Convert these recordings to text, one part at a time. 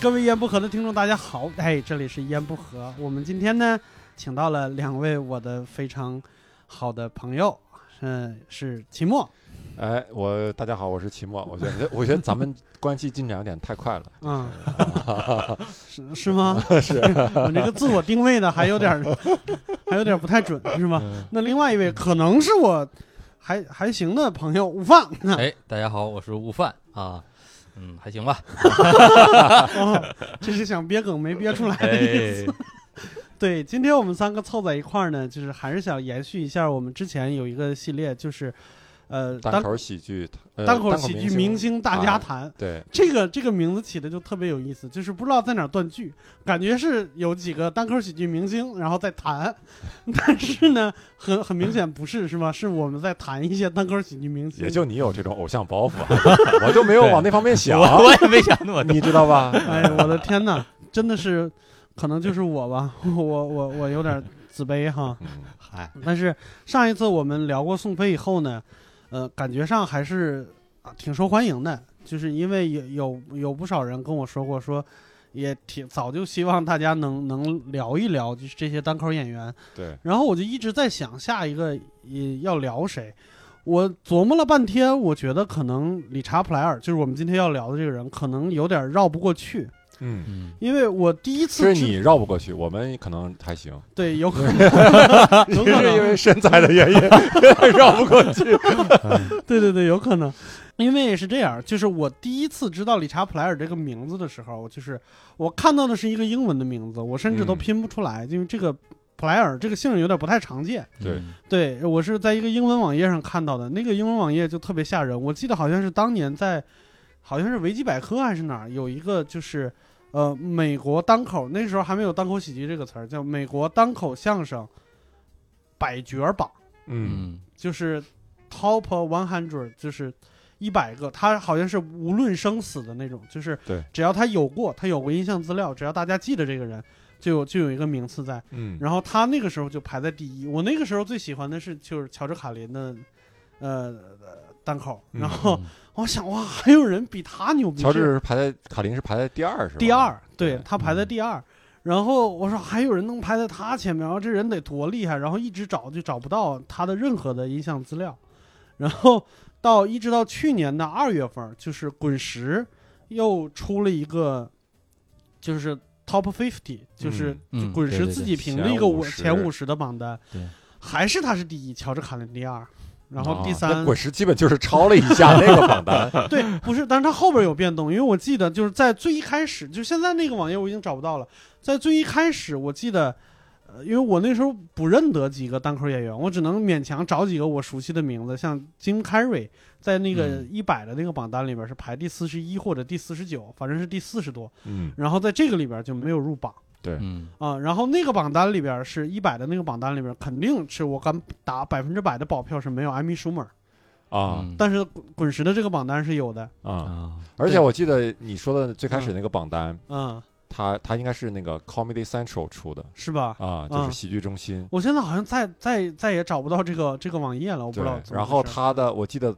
各位一言不合的听众，大家好，哎，这里是一言不合，我们今天呢，请到了两位我的非常好的朋友，嗯，是秦墨，哎，我大家好，我是齐 墨。我觉得，我觉得咱们关系进展有点太快了。嗯，是是吗？是，我这个自我定位的还有点儿， 还有点儿不太准，是吗？那另外一位可能是我还还行的朋友啊悟饭， 哎，大家好，我是悟饭啊，嗯，还行吧。哦，这是想憋梗没憋出来的意思。哎， 对，今天我们三个凑在一块儿呢，就是还是想延续一下我们之前有一个系列，就是呃单单口喜剧，呃单口啊喜剧明星大家谈。 对，这个这个名字起的就特别有意思，就是不知道在哪儿断句，感觉是有几个单口喜剧明星然后在谈， 但是呢，很很明显不是是吧？是我们在谈一些单口喜剧明星，也就你有这种偶像包袱啊， 我就没有往那方面想，我 我也没想那么 多。你知道吧？哎，我的天哪，真的是，可能就是我吧，我我我有点自卑哈。嗯，嗨，但是上一次我们聊过宋飞以后呢，呃，感觉上还是啊挺受欢迎的，就是因为有有有不少人跟我说过说。也挺早就希望大家能能聊一聊，就是这些单口演员。 对，然后我就一直在想下一个也要聊谁。我琢磨了半天，我觉得可能理查普莱尔，就是我们今天要聊的这个人，可能有点绕不过去。嗯，嗯，因为我第一次是知你绕不过去，我们可能 还行，对， 有可能，有可是因能，为身材的原因 绕不过去。 对对对，有可能。因为是这样，就是我第一次知道理查普莱尔这个名字的时候，我就是我看到的是一个英文的名字，我甚至都嗯拼不出来，因为这个普莱尔这个姓有点不太常见。对对我是在一个英文网页上看到的，那个英文网页就特别吓人。我记得好像是当年在，好像是维基百科还是哪儿有一个就是，呃，美国单口那时候还没有单口喜剧这个词儿，叫美国单口相声百角榜，嗯，嗯，就是 top one hundred，就是一百个，他好像是无论生死的那种，就是对只要他有过，他有过印象资料，只要大家记得这个人，就有就有一个名次在。嗯，然后他那个时候就排在第一。我那个时候最喜欢的是就是乔治卡林的，呃，单口。嗯然后我想哇，还有人比他牛逼，乔是治是排在卡林是排在第二是吧？第二，对对他排在第二。然后我说还有人能排在他前面，然后这人得多厉害，然后一直找就找不到他的任何的音像资料，然后到一直到去年的二月份，就是滚石又出了一个，就是 Top Fifty，就是嗯就嗯滚对石对自对己评的一个前五50前五十的榜单对，还是他是第一，乔治卡林第二，然后第啊三那滚石基本就是抄了一下那个榜 单。对，不是，但是它后边有变动，因为我记得就是在最一开始，就现在那个网页我已经找不到了，在最一开始我记得，呃，因为我那时候不认得几个单口演员，我只能勉强找几个我熟悉的名字，像 Jim Carrey 在那个嗯一百的那个榜单里边是排第四十一或者第四十九，反正是第四十多，嗯，然后在这个里边就没有入榜。嗯，啊，然后那个榜单里边是一百的那个榜单里边，肯定是我敢打百分之百的保票是没有艾米舒默，啊但是滚滚石的这个榜单是有的，啊！嗯啊，而且我记得你说的最开始那个榜单，嗯，它它应该是那个 Comedy Central 出的是吧？啊，就是喜剧中心。我现在好像再再再也找不到这个这个网页了，我不对知道怎么回事。，然后他的我记得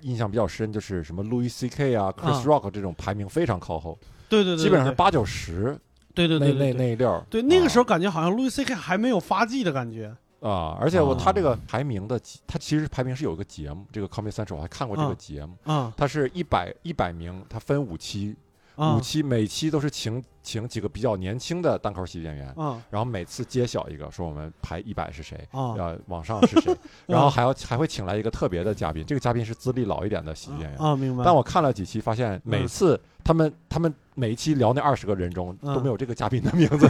印象比较深，就是什么 Louis C.K. 啊、Chris Rock 这种排名非常靠后，对嗯对对，基本上是哦八九十对对那对对对那那一溜儿。对那个时候感觉好像 Louis C.K. 还没有发迹的感觉。啊，而且我啊他这个排名的，他其实排名是有一个节目，这个 Comedy Central 我还看过这个啊节目，嗯它是一百一百名，它分五期，嗯五期每期都是请请几个比较年轻的单口喜剧演员，嗯然后每次揭晓一个，说我们排一百是谁，嗯呃，往上 是谁，然后还要还会请来一个特别的嘉宾，这个嘉宾是资历老一点的喜剧演员。啊，明白。但我看了几期，发现每次他们他们每一期聊那二十个人中嗯都没有这个嘉宾的名 字，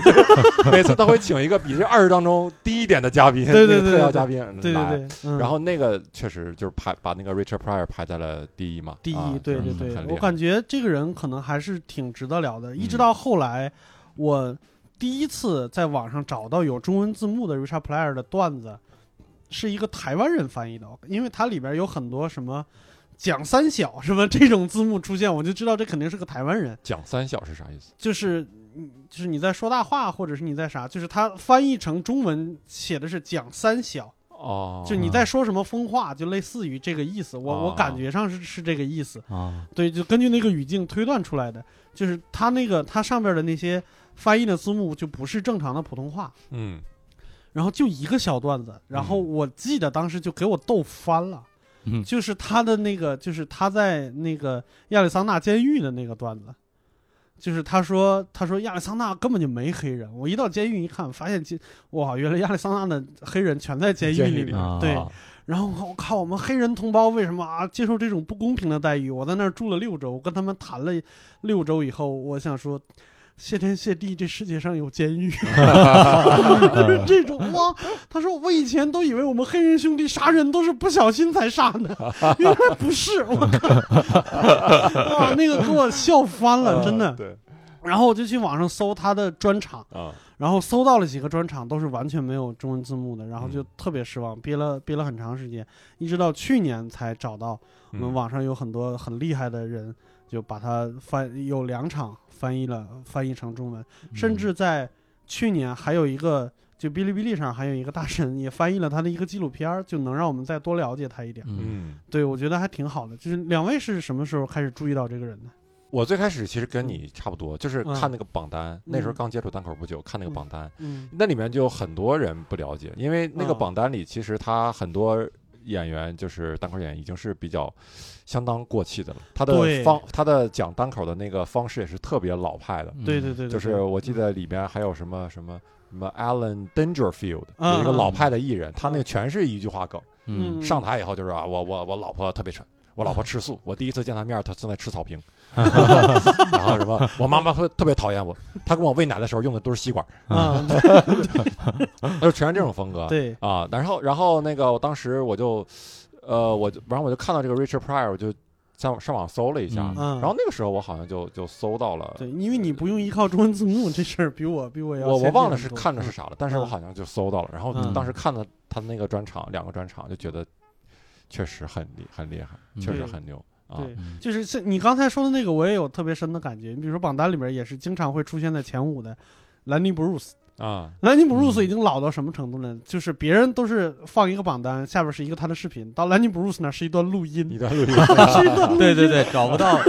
每次都会请一个比这二十当中低一点的嘉宾，对对那对个特邀对嘉宾对来。对对，嗯然后那个确实就是排把那个 Richard Pryor 排在了第一嘛，第啊一，对就是对嗯对，很厉我害感觉这个人可能还是挺值得聊的。一直嗯到后来，我第一次在网上找到有中文字幕的 Richard Player 的段子，是一个台湾人翻译的，因为它里边有很多什么。讲三小什么这种字幕出现，我就知道这肯定是个台湾人，讲三小是啥意思？就是嗯就是你在说大话，或者是你在啥，就是他翻译成中文写的是讲三小，哦，就你在说什么疯话，就类似于这个意思。我我哦感觉上是是这个意思。啊，对，就根据那个语境推断出来的，就是它那个它上边的那些翻译的字幕就不是正常的普通话，嗯然后就一个小段子，然后嗯我记得当时就给我逗翻了，嗯就是他的那个，就是他在那个亚利桑那监狱的那个段子。就是他说，他说亚利桑那根本就没黑人。我一到监狱一看，发现监哇，原来亚利桑那的黑人全在监狱监狱里里面。啊对，然后我靠我靠，我们黑人同胞为什么啊接受这种不公平的待遇？我在那儿住了六周，我跟他们谈了六周以后，我想说，谢天谢地，这世界上有监狱，就是这种哇。他说我以前都以为我们黑人兄弟杀人都是不小心才杀呢，原来不是，我靠，哇，那个给我笑翻了，真 的。啊对然后我就去网上搜他的专场。啊，然后搜到了几个专场，都是完全没有中文字幕的，然后就嗯特别失望，憋了憋了很长时间，一直到去年才找到。我嗯们网上有很多很厉害的人，就把它翻有两场翻译了，翻译成中文，甚至在去年还有一个，就哔哩哔哩上还有一个大神也翻译了他的一个纪录片儿，就能让我们再多了解他一点。嗯嗯，对，我觉得还挺好的。就是两位是什么时候开始注意到这个人的？我最开始其实跟你差不多，就是看那个榜单，那时候嗯刚接触单口不久，看那个榜单，嗯那里面就有很多人不了解，因为那个啊榜单里其实他很多演员就是单口演员已经是比较相当过气的了，他对的方他的讲单口的那个方式也是特别老派嗯的，对对嗯对对，嗯就是我记得里面还有什么什么。什么 Alan Dangerfield 啊有一个啊老派的艺人，他那个全是一句话梗。嗯嗯上台以后就是啊，我我我老婆特别蠢，我老婆吃素，我第一次见她面，她正在吃 草坪，然后什么，我妈妈会特别讨厌我，她跟我喂奶的时候用的都是吸管，啊， 就全是这种风格。对，啊，然后然后那个我当时我就，呃，我就然后我就看到这个 Richard Pryor，我就上上网搜了一下，嗯嗯，然后那个时候我好像就就搜到了，对，因为你不用依靠中文字幕，这事儿比我比我要我我先进嗯忘了很是多看的是啥了，但是我好像就搜到了，然后嗯当时看了他那个专场，两个专场就觉得确实很厉很厉害，嗯确实很牛啊。对， 嗯就是像你刚才说的那个，我也有特别深的感觉。你比如说榜单里面也是经常会出现在前五的。兰尼布鲁斯，啊，兰尼布鲁斯已经老到什么程度呢？就是别人都是放一个榜单，下边是一个他的视频，到兰尼布鲁斯那儿是一段录音你，的录音，是 一段录音。对对对，找不 到，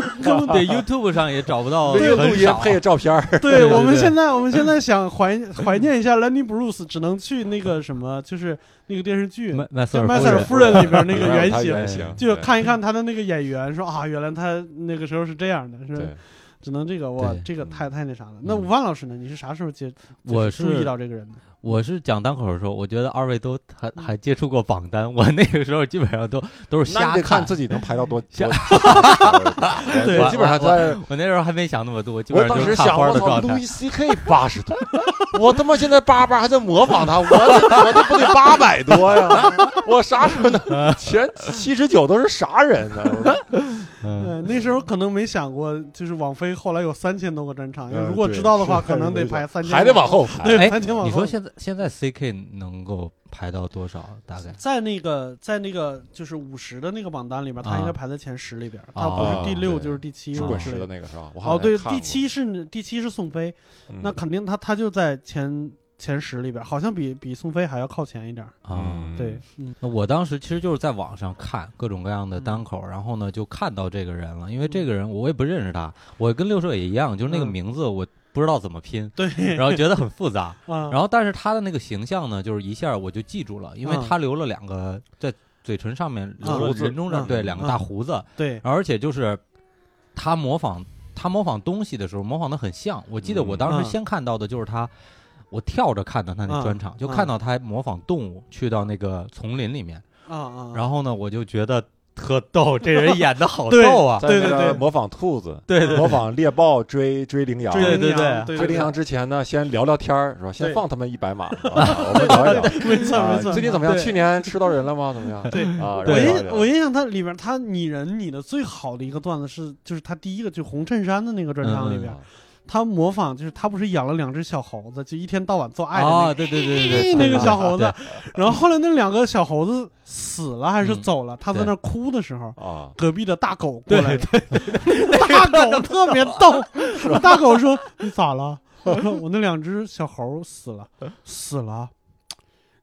对 YouTube 上也找不到， 这个录很音少配个照片儿，对，对对我们对现在我们现在想怀怀念一下兰尼布鲁斯，只能去那个什么，就是那个电视剧麦麦就瑟《麦尔瑟尔夫夫人》里边那个里面有原他型，原型，就对看一看他的那个演员，说啊，原来他那个时候是这样的，是对，只能这个哇，对这个嗯太太那啥了。那万老师呢？你是啥时候接？就是我注意是到这个人的。我是讲单口的时候，我觉得二位都还还接触过榜单，我那个时候基本上都都是那瞎你得看看，自己能排到多瞎多。我对我基本上在， 我那时候还没想那么多，基我本上当就时是看想，花我的操，状路态。易 C K 八十多， 我他妈现在八八还在模仿他，我我这不得八百多呀？我啥时候能前七十九都是啥人呢？嗯对，那时候可能没想过，就是网飞后来有三千多个专场，嗯如果对知道的话，是可能得排三千，还得往。后排。对，哎三千往后。你说现在现在 CK 能够排到多少？大概在那个在那个就是五十的那个榜单里边，他啊应该排在前十里边，他不是第六对就是第七是了滚之石类的的。那个是吧？我好哦，像对，看过第，七是第七是宋飞，嗯那肯定他他就在前前十里边，好像比比宋飞还要靠前一点儿。啊。嗯对，嗯那我当时其实就是在网上看各种各样的单口，然后呢就看到这个人了，因为这个人我也不认识他，我跟六舍也一样，就是那个嗯名字我不知道怎么拼，对，然后觉得很复杂。啊， 然后，但是他的那个形象呢，就是一下我就记住了，因为嗯他留了两个在嘴唇上面留了胡子人中上嗯对两个大胡子，对，而且就是他模仿他模仿东西的时候模仿的很像。我记得我当嗯时先看到的就是他，我跳着看的他那专场，就看到他模仿动物去到那个丛林里面，啊啊，然后呢，我就觉得特逗，这人演的好对逗啊！在对那对个对模仿兔子，对对对模仿猎豹追追羚羊，追对羚对羊对对追啊羚羊之前呢，先聊聊天儿，是吧？先对放他们一百马，啊我们 聊一聊。 没错啊没错。最近怎么样？对去年吃到人了吗？怎么样？ 对啊，我然后聊一印聊我印象它里边它拟人拟的最好的一个段子是，就是他第一个就红衬衫的那个专场里边，嗯他模仿就是他不是养了两只小猴子，就一天到晚做爱的那啊，个。对对对对对，那个小猴子对，然后后来那两个小猴子死了还是嗯走了，他在那儿哭的时候，啊，隔壁的大狗过来了，大狗特别逗，大狗 说：“你咋了？”我说：“我那两只小猴死了，死了。”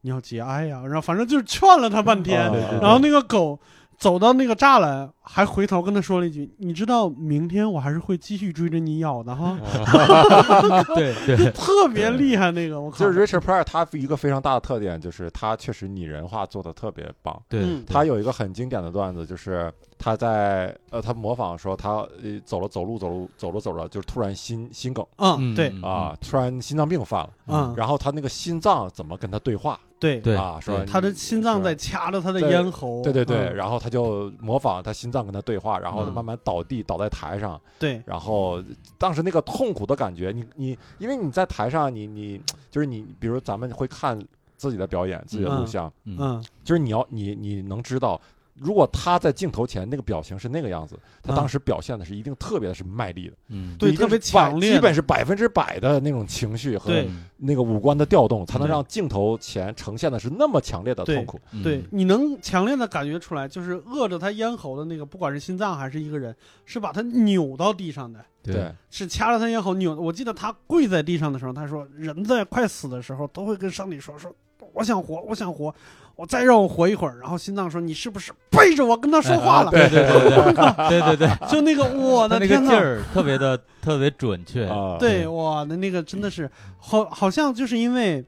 你要节哀呀、然后反正就是劝了他半天，啊然后那个狗走到那个栅栏，还回头跟他说了一句：“你知道明天我还是会继续追着你咬的哈。对对”特别厉害那个，我靠！哎就是 Richard Pryor 他一个非常大的特点就是他确实拟人化做的特别棒。对嗯，他有一个很经典的段子，就是他在呃，他模仿说他呃走了走路走路走着走着，就是突然心心梗嗯，对，啊，突然心脏病犯了，嗯，然后他那个心脏怎么跟他对话对，对啊？说他的心脏在掐着他的咽喉，对对对，嗯然后他就模仿他心脏跟他对话，然后嗯慢慢倒地倒在台上，对，然后当时那个痛苦的感觉，你你因为你在台上，你你就是你，比如咱们会看自己的表演、自己的录嗯像，嗯嗯就是你要你你能知道，如果他在镜头前那个表情是那个样子，他嗯当时表现的是一定特别的是卖力的，嗯，对一定特别是百强烈的基本是百分之百的那种情绪和对那个五官的调动，才能对让镜头前呈现的是那么强烈的痛苦。嗯对，你能强烈的感觉出来，就是扼着他咽喉的那个，不管是心脏还是一个人，是把他扭到地上的，对，是掐着他咽喉扭。我记得他跪在地上的时候，他说：“人在快死的时候，都会跟上帝说，说我想活，我想活，我再让我活一会儿。”然后心脏说：“你是不是背着我跟他说话了？”对对对对对对对，就那个，我他的那个天劲呐！儿特别的特别准确，啊，嗯对，哇，那那个真的是好，好像就是因为，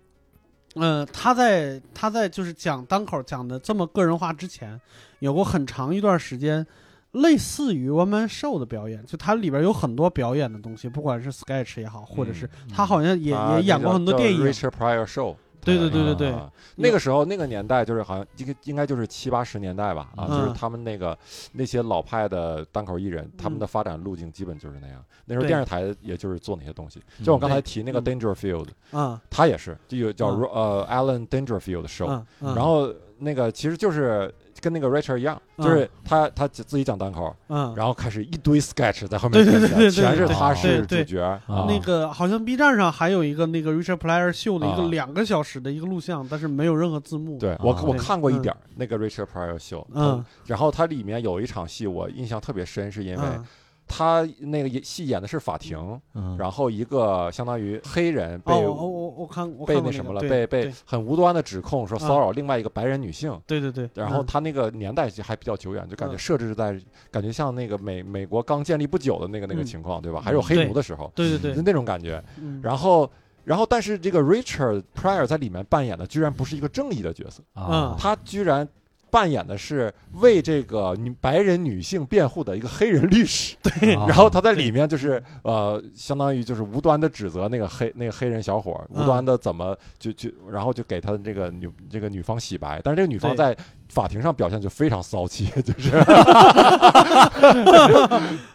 呃，他在他在就是讲单口讲的这么个人化之前，有过很长一段时间，类似于 One Man Show 的表演，就它里边有很多表演的东西，不管是 sketch 也好，或者是嗯他好像也他也演过啊那很多叫电影， Richard Pryor Show。对对对对对啊那个时候那个年代就是好像应该应该就是七八十年代吧啊，嗯就是他们那个那些老派的单口艺人，他们的发展路径基本就是那样。那时嗯候对嗯电视台也就是做那些东西，就我刚才对提那个 Dangerfield，嗯他也是就有叫嗯 Ro- 呃 Alan Dangerfield Show，嗯嗯，然后那个其实就是跟那个 Richard 一样，嗯就是他他自己讲单口，嗯，然后开始一堆 sketch 在后面对对跟对着对对全是对他是对主对角啊那个好像 B 站上还有一个那个 Richard Pryor 秀的一个啊两个小时的一个录像，但是没有任何字幕。对我啊我对看过一嗯点儿那个 Richard Pryor 秀，嗯，然后它里面有一场戏我印象特别深，是因为嗯，他那个戏演的是法庭，嗯，然后一个相当于黑人被哦，我我我看我看被过那个什么了，对被对被很无端的指控说骚扰另外一个白人女性。对对对，然后嗯他那个年代还比较久远，就感觉嗯设置在感觉像那个美美国刚建立不久的那个那个嗯情况，对吧？还有黑奴的时候，对对对，就那种感觉。 嗯然后，然后但是这个 Richard Pryor 在里面扮演的居然不是一个正义的角色，啊，他居然扮演的是为这个女白人女性辩护的一个黑人律师，啊 然后他在里面就是呃，相当于就是无端的指责那个黑那个黑人小伙儿，嗯无端的怎么就就，然后就给他的这个女这个女方洗白，但是这个女方对在法庭上表现就非常骚气， 就是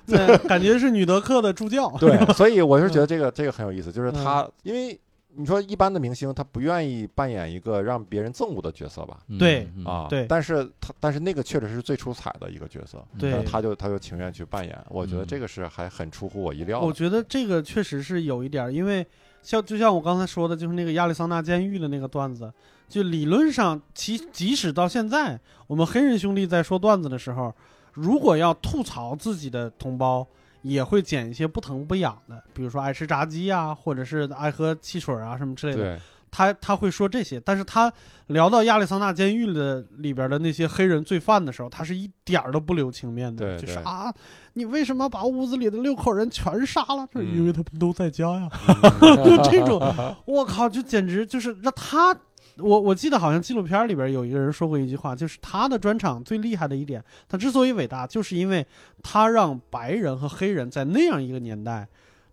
对，感觉是女德克的助教， 对，啊 所以我是觉得这个这个很有意思，就是他因为。你说一般的明星，他不愿意扮演一个让别人憎恶的角色吧？嗯对嗯啊，对但是他但是那个确实是最出彩的一个角色，对但是他就他就情愿去扮演，我觉得嗯这个是还很出乎我意料的。我觉得这个确实是有一点儿，因为像就像我刚才说的，就是那个亚利桑那监狱的那个段子，就理论上，其即使到现在，我们黑人兄弟在说段子的时候，如果要吐槽自己的同胞。也会捡一些不疼不痒的，比如说爱吃炸鸡啊，或者是爱喝汽水啊什么之类的。对，他他会说这些，但是他聊到亚利桑那监狱的里边的那些黑人罪犯的时候，他是一点儿都不留情面的，对就是对啊，你为什么把屋子里的六口人全杀了？这嗯因为他们都在家 呀，嗯 就这种，我靠，就简直就是让他，我我记得好像纪录片里边有一个人说过一句话，就是他的专场最厉害的一点，他之所以伟大，就是因为他让白人和黑人在那样一个年代。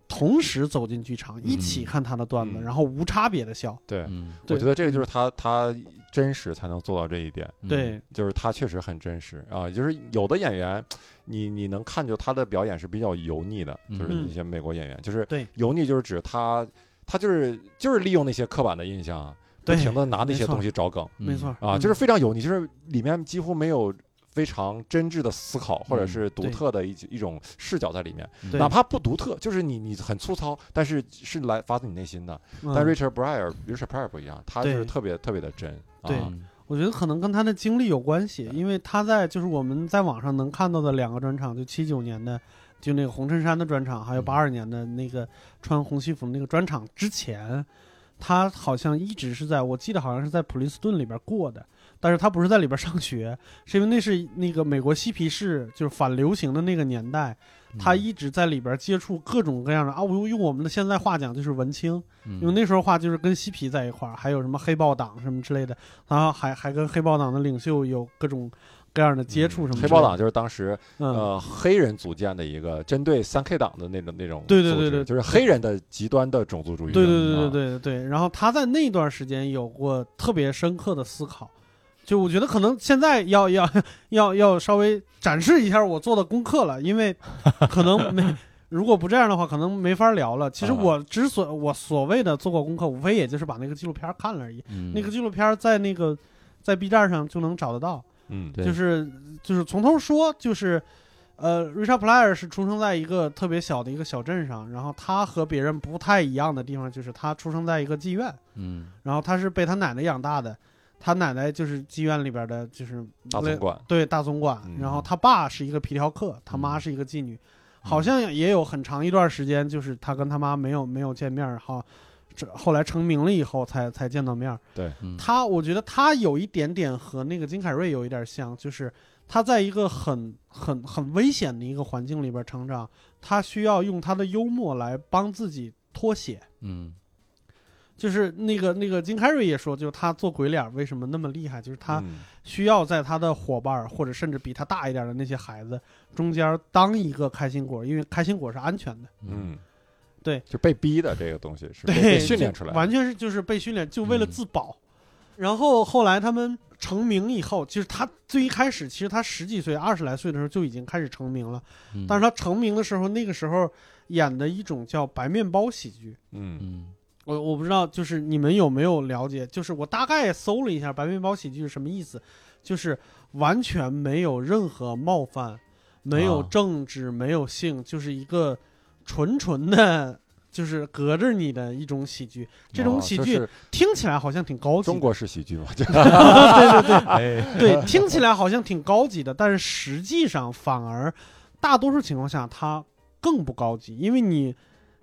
同时走进剧场，一起看他的段子，嗯然后无差别的笑。对，嗯我对觉得这个就是他他真实才能做到这一点，嗯对，就是他确实很真实啊。就是有的演员，你你能看就他的表演是比较油腻的，就是嗯一些美国演员，就是对油腻就是指他他就是就是利用那些刻板的印象，啊不对停的拿那没些错东西找梗嗯没错啊，就是非常油腻，就是里面几乎没有。非常真挚的思考，或者嗯是独对特的一一种视角在里面，对哪怕不独特，就是你你很粗糙，但是是来发自你内心的。嗯但 Richard Pryor、Richard Pryor 不一样，他就对是特别特别的真。对啊、嗯我觉得可能跟他的经历有关系，对因为他在就是我们在网上能看到的两个专场，就七九年的就那个红衬衫的专场，还有嗯八二年的那个穿红西服的那个专场之前，他好像一直是在我记得好像是在普林斯顿里边过的，但是他不是在里边上学，是因为那是那个美国嬉皮士就是反流行的那个年代，他嗯一直在里边接触各种各样的啊，我用我们的现在话讲就是文青，嗯因为那时候话就是跟嬉皮在一块儿，还有什么黑豹党什么之类的，然后还还跟黑豹党的领袖有各种各样的接触什么之类的。嗯黑豹党就是当时嗯，呃黑人组建的一个针对三 K 党的那种那种对对组织对对就是黑人的极端的种族主义者。对对对对啊对对对。然后他在那段时间有过特别深刻的思考，就我觉得可能现在要 要要要稍微展示一下我做的功课了，因为可能 没。如果不这样的话，可能没法聊了。其实啊我之所我所谓的做过功课，无非也就是把那个纪录片看了而已。嗯那个纪录片在那个在 B 站上就能找得到。嗯，对就是就是从头说，就是呃，Richard Pryor 是出生在一个特别小的一个小镇上，然后他和别人不太一样的地方就是他出生在一个妓院，嗯然后他是被他奶奶养大的，他奶奶就是妓院里边的，就是大总管。对大总管，嗯然后他爸是一个皮条客，他妈是一个妓女，好像也有很长一段时间，就是他跟他妈没有没有见面儿哈。这后来成名了以后才才见到面儿，嗯他，我觉得他有一点点和那个金凯瑞有一点像，就是他在一个很很很危险的一个环境里边成长，他需要用他的幽默来帮自己脱险。嗯就是那个那个金凯瑞也说，就是他做鬼脸为什么那么厉害，就是他嗯需要在他的伙伴儿或者甚至比他大一点的那些孩子中间当一个开心果，因为开心果是安全的，嗯，对，就被逼的这个东西是被对，被训练出来就的，完全是就是被训练，就为了嗯自保。然后后来他们成名以后，就是他最一开始，其实他十几岁、二十来岁的时候就已经开始成名了。嗯，但是他成名的时候，那个时候演的一种叫白面包喜剧，嗯 嗯我我不知道，就是你们有没有了解？就是我大概搜了一下白面包喜剧是什么意思，就是完全没有任何冒犯，没有啊政治，没有性，就是一个纯纯的，就是隔着你的一种喜剧。这种哦喜就剧是听起来好像挺高级中的，国式喜剧嘛，就对对哎对 对，听起来好像挺高级的，但是实际上反而大多数情况下它更不高级，因为你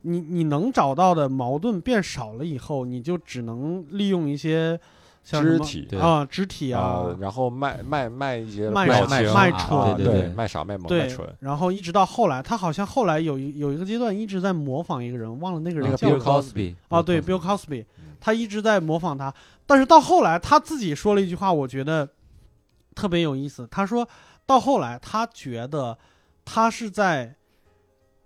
你你能找到的矛盾变少了以后，你就只能利用一些像什肢么体对啊肢体啊啊，，然后卖卖卖一些卖表傻情卖啊蠢对对对对卖傻卖萌卖对蠢，，然后一直到后来，他好像后来有一有一个阶段一直在模仿一个人，忘了那个那人个叫什 Bill Bill 么 Cosby 啊，对，Bill Cosby，嗯他一直在模仿他，但是到后来他自己说了一句话，我觉得特别有意思。他说到后来，他觉得他是在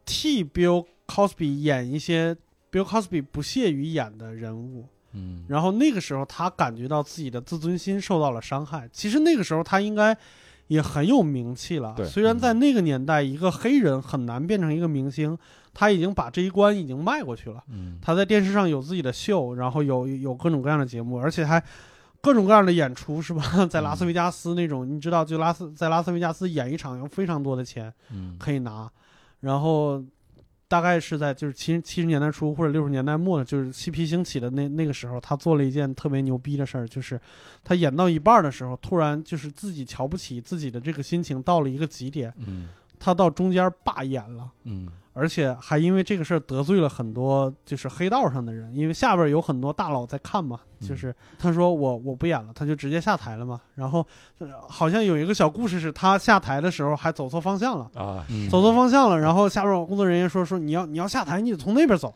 替 Bill Cosby 演一些 Bill Cosby 不屑于演的人物，嗯然后那个时候他感觉到自己的自尊心受到了伤害。其实那个时候他应该也很有名气了对，虽然在那个年代，一个黑人很难变成一个明星，他已经把这一关已经迈过去了。嗯他在电视上有自己的秀，然后有有各种各样的节目，而且还各种各样的演出，是吧？ 在拉斯维加斯那种，你知道，就拉斯在拉斯维加斯演一场有非常多的钱嗯可以拿，然后大概是在就是七七十年代初或者六十年代末，就是嬉皮兴起的那那个时候，他做了一件特别牛逼的事儿，就是他演到一半儿的时候，突然就是自己瞧不起自己的这个心情到了一个极点，嗯他到中间罢演了。嗯而且还因为这个事儿得罪了很多就是黑道上的人，因为下边有很多大佬在看嘛，嗯就是他说我我不演了，他就直接下台了嘛。然后、呃好像有一个小故事是他下台的时候还走错方向了，啊，嗯走错方向了，然后下边有工作人员说说你要你要下台，你得从那边走，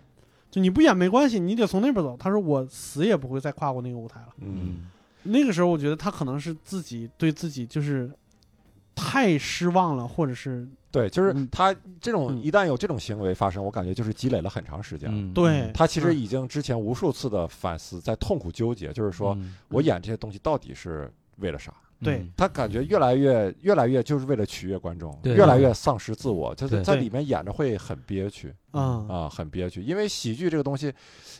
就你不演没关系，你得从那边走。他说我死也不会再跨过那个舞台了。嗯，嗯那个时候我觉得他可能是自己对自己就是太失望了，或者是对，就是嗯他这种嗯一旦有这种行为发生，我感觉就是积累了很长时间了。嗯对他其实已经之前无数次的反思，在痛苦纠结，就是说嗯我演这些东西到底是为了啥？对他感觉越来越越来越就是为了取悦观众，对越来越丧失自我，就是对在里面演着会很憋屈嗯啊，很憋屈。因为喜剧这个东西，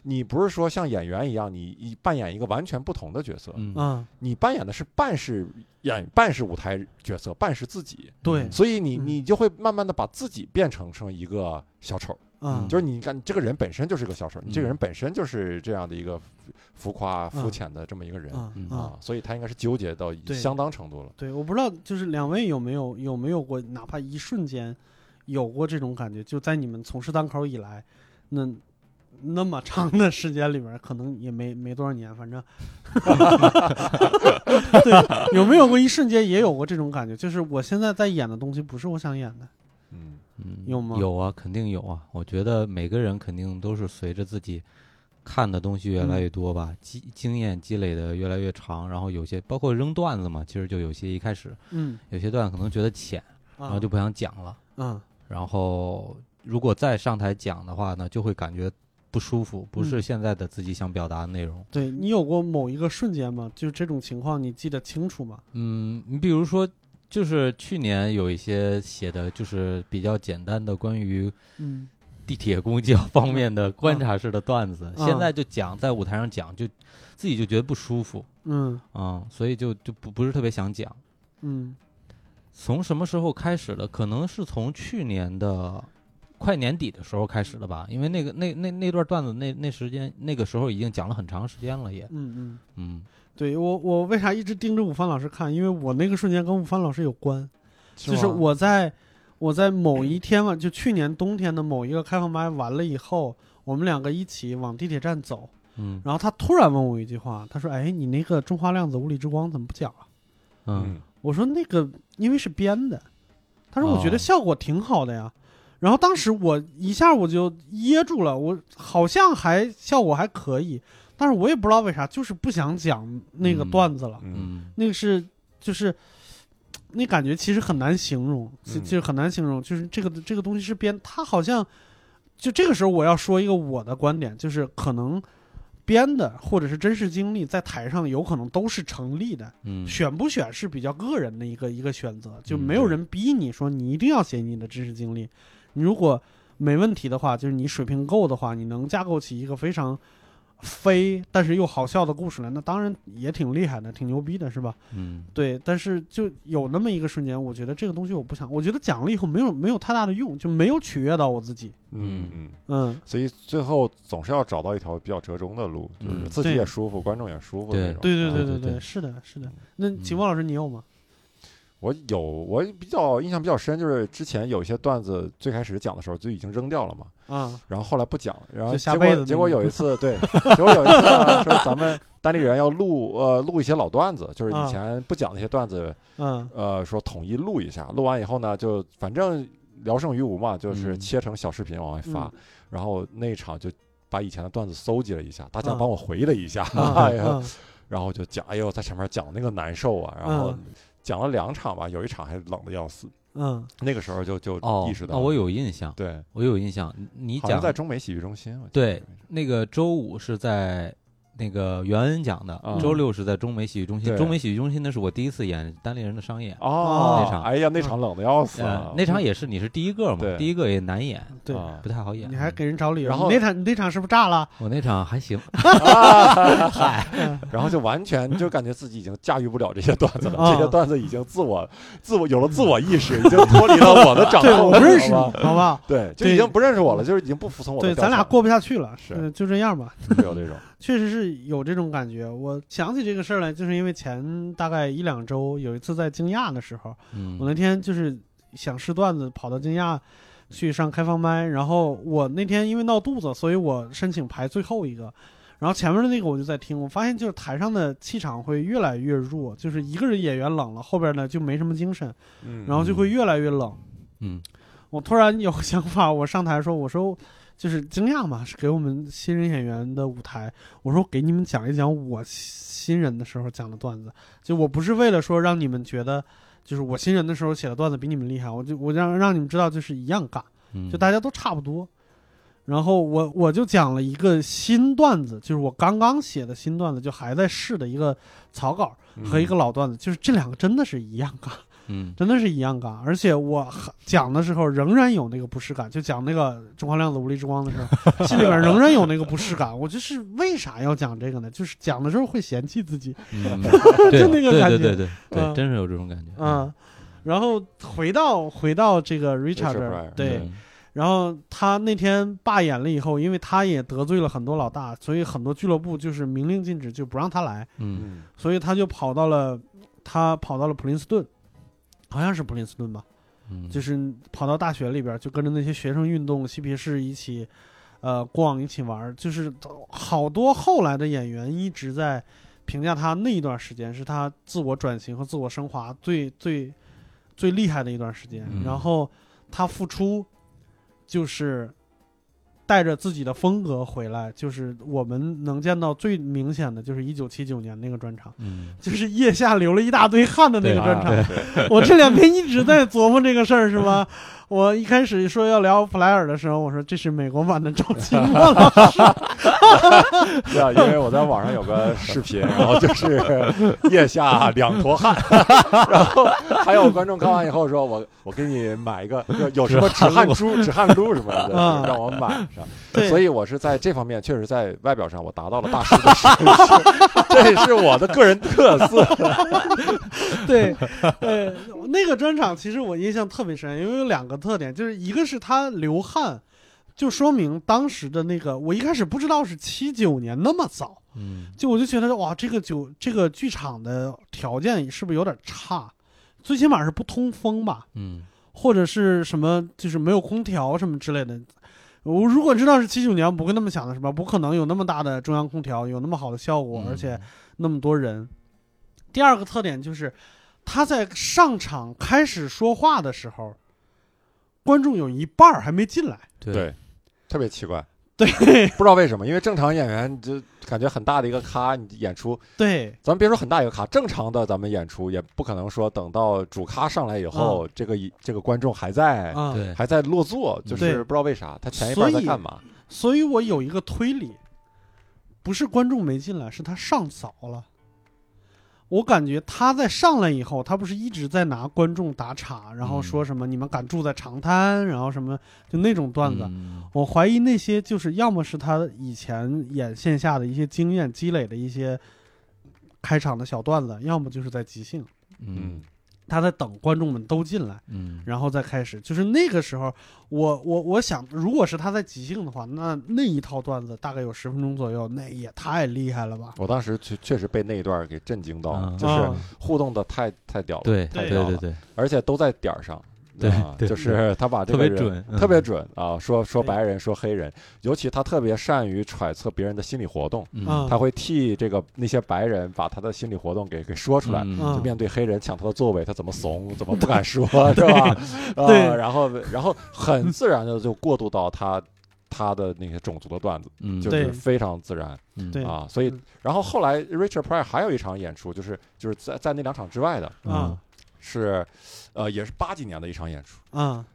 你不是说像演员一样，你你扮演一个完全不同的角色，嗯嗯你扮演的是半是演半是舞台角色，半是自己，对所以你嗯你就会慢慢的把自己变成成一个小丑，嗯就是你看你这个人本身就是个小丑，你这个嗯人本身就是这样的一个浮夸嗯肤浅的这么一个人啊嗯啊啊，所以他应该是纠结到对相当程度了。对，我不知道，就是两位有没有有没有过，哪怕一瞬间有过这种感觉，就在你们从事单口以来，那那么长的时间里面，可能也没没多少年，反正， 对，有没有过一瞬间也有过这种感觉？就是我现在在演的东西不是我想演的，嗯，嗯，有吗有啊，肯定有啊。我觉得每个人肯定都是随着自己看的东西越嗯来越多吧，经经验积累的越来越长，然后有些包括扔段子嘛，其实就有些一开始嗯，有些段可能觉得浅，啊、然后就不想讲了，嗯然后如果再上台讲的话呢，就会感觉不舒服，不嗯是现在的自己想表达的内容。对你有过某一个瞬间吗？就这种情况，你记得清楚吗？嗯，你比如说。就是去年有一些写的，就是比较简单的关于嗯，地铁、公交方面的观察式的段子，嗯现在就讲在舞台上讲，就自己就觉得不舒服嗯啊、嗯所以就就不不是特别想讲。嗯从什么时候开始的？可能是从去年的快年底的时候开始的吧，因为那个那那那段段子那那时间那个时候已经讲了很长时间了也，嗯嗯，嗯对我我为啥一直盯着午饭老师看？因为我那个瞬间跟午饭老师有关，就是吗我在我在某一天啊晚，就去年冬天的某一个开放麦完了以后，我们两个一起往地铁站走，嗯然后他突然问我一句话，他说：“哎，你那个《中华量子物理之光》怎么不讲啊嗯，嗯？”我说：“那个因为是编的。”他说：“我觉得哦效果挺好的呀。然后当时我一下我就噎住了，我好像还效果还可以，但是我也不知道为啥，就是不想讲那个嗯段子了。嗯嗯那个是就是那感觉其实很难形容，其嗯其实很难形容，就是这个这个东西是编，它好像就这个时候我要说一个我的观点，就是可能编的或者是真实经历在台上有可能都是成立的，嗯，选不选是比较个人的一个一个选择，就嗯没有人逼你说你一定要写你的真实经历，你如果没问题的话，就是你水平够的话，你能架构起一个非常。飞，但是又好笑的故事来，那当然也挺厉害的，挺牛逼的，是吧？嗯对，但是就有那么一个瞬间，我觉得这个东西我不想，我觉得讲了以后没有没有太大的用，就没有取悦到我自己。嗯嗯，嗯，所以最后总是要找到一条比较折中的路，就是嗯自己对也舒服，观众也舒服的那种。对对啊对对对，嗯对是的，是的。那秦风老师，你有吗？我有我比较印象比较深，就是之前有一些段子最开始讲的时候就已经扔掉了嘛，啊，然后后来不讲，然后就下结辈子果结那果种有 一次，对，结果有一次呢说咱们单立人要录呃录一些老段子，就是啊以前不讲那些段子，嗯呃说统一录一下，录完以后呢就反正聊胜于无嘛，就是嗯切成小视频往外发，嗯然后那一场就。把以前的段子搜集了一下，大家啊帮我回忆了一下，啊 哎呀，啊然后就讲，哎呦，在前面讲那个难受啊，然后嗯讲了两场吧，有一场还冷的要死，嗯那个时候就就哦意识，到那了，我有印象，对，我有印象，你你好像讲在中美洗浴中心，我记得对那个周五是在那个袁恩讲的，嗯周六是在中美喜剧中心。对中美喜剧中心那是我第一次演单立人的商演，哦，那嗯场哎呀，那场冷的要死呃啊，，那场也是你是第一个嘛对，第一个也难演，对，啊不太好演。嗯嗯你还给人找理由。然后你那场你那场是不是炸了？我那场 还行，然后就完全就感觉自己已经驾驭不了这些段子了，啊这些段子已经自我自我有了自我意识，已经脱离了我的掌对，控，我不认识你，好吧好不好？对，就对已经不认识我了，就是已经不服从 我的对，调查。咱俩过不下去了，是嗯就这样吧。没有这种，确实是有这种感觉。我想起这个事儿来，就是因为前大概一两周有一次在惊讶的时候，我嗯那天就是想试段子，跑到惊讶去上开放麦，然后我那天因为闹肚子，所以我申请排最后一个。然后前面的那个我就在听，我发现就是台上的气场会越来越弱，就是一个人演员冷了，后边呢就没什么精神，嗯然后就会越来越冷。嗯我突然有个想法，我上台说，我说就是惊讶嘛，是给我们新人演员的舞台。我说给你们讲一讲我新人的时候讲的段子，就我不是为了说让你们觉得就是我新人的时候写的段子比你们厉害，我就我让让你们知道就是一样尬，嗯，就大家都差不多。然后我我就讲了一个新段子，就是我刚刚写的新段子，就还在试的一个草稿嗯和一个老段子，就是这两个真的是一样尬。嗯真的是一样尬，而且我还讲的时候仍然有那个不适感，就讲那个中华量子无力之光的时候，心里边仍然有那个不适感。我就是为啥要讲这个呢？就是讲的时候会嫌弃自己，嗯， 就对那个对感对觉对对嗯对，真是有这种感觉。嗯，然后回到回到这个 Richard， Richard 这儿 Pryor，对，嗯，然后他那天罢演了以后，因为他也得罪了很多老大，所以很多俱乐部就是明令禁止，就不让他来，嗯嗯所以他就跑到了他跑到了普林斯顿，好像是普林斯顿吧。嗯，就是跑到大学里边儿，就跟着那些学生运动、嬉皮士一起，呃逛一起玩儿，就是好多后来的演员一直在评价他那一段时间是他自我转型和自我升华最最最厉害的一段时间。嗯然后他复出，就是带着自己的风格回来，就是我们能见到最明显的就是一九七九年那个专场。嗯，就是腋下流了一大堆汗的那个对专场，啊 我这两天一直在琢磨这个事儿，是吗？我一开始说要聊普莱尔的时候，我说这是美国版的赵今麦 了。是啊，因为我在网上有个视频，然后就是 腋下两坨汗，然后还有观众看完以后说：“我我给你买一个，有有什么止汗珠、止汗珠什么 的，啊让我买上。”对所以我是在这方面，确实在外表上我达到了大师的水平， 这也是我的个人特色。 对，呃，那个专场其实我印象特别深，因为有两个特点，就是一个是他流汗，就说明当时的那个，我一开始不知道是七九年那么早，嗯就我就觉得哇，这个酒这个剧场的条件是不是有点差？最起码是不通风吧？嗯或者是什么就是没有空调什么之类的。我如果知道是七九年，我不会那么想的是吧？不可能有那么大的中央空调，有那么好的效果，嗯而且那么多人。第二个特点就是，他在上场开始说话的时候，观众有一半儿还没进来。对，特别奇怪。对不知道为什么，因为正常演员就感觉很大的一个咖，你演出对咱别说很大一个咖，正常的咱们演出也不可能说等到主咖上来以啊后，这个一这个观众还在、啊，对，还在落座，就对是不知道为啥，他前一半在干嘛？所以我有一个推理，不是观众没进来，是他上早了。我感觉他在上来以后，他不是一直在拿观众打岔，然后说什么“你们敢住在长滩”，然后什么就那种段子。嗯我怀疑那些就是要么是他以前演线下的一些经验积累的一些开场的小段子，要么就是在即兴，嗯他在等观众们都进来。嗯然后再开始。就是那个时候，我我我想，如果是他在即兴的话，那那一套段子大概有十分钟左右，那也太厉害了吧？我当时确确实被那一段给震惊到了，嗯就是互动的太太屌了，对哦太对屌了对对，而且都在点儿上， 对啊对就是他把这特个别人。准，嗯特别准啊！说说白人，说黑人，尤其他特别善于揣测别人的心理活动，嗯啊他会替这个那些白人把他的心理活动给给说出来，嗯嗯面对黑人抢他的座位，他怎么怂，怎么不敢 说，是吧？啊对然后然后很自然的就过渡到他他的那些种族的段子，嗯就对是非常自然嗯对啊。所以嗯，然后后来 Richard Pryor 还有一场演出，就是就是在在那两场之外的嗯啊是，呃，也是八几年的一场演出。啊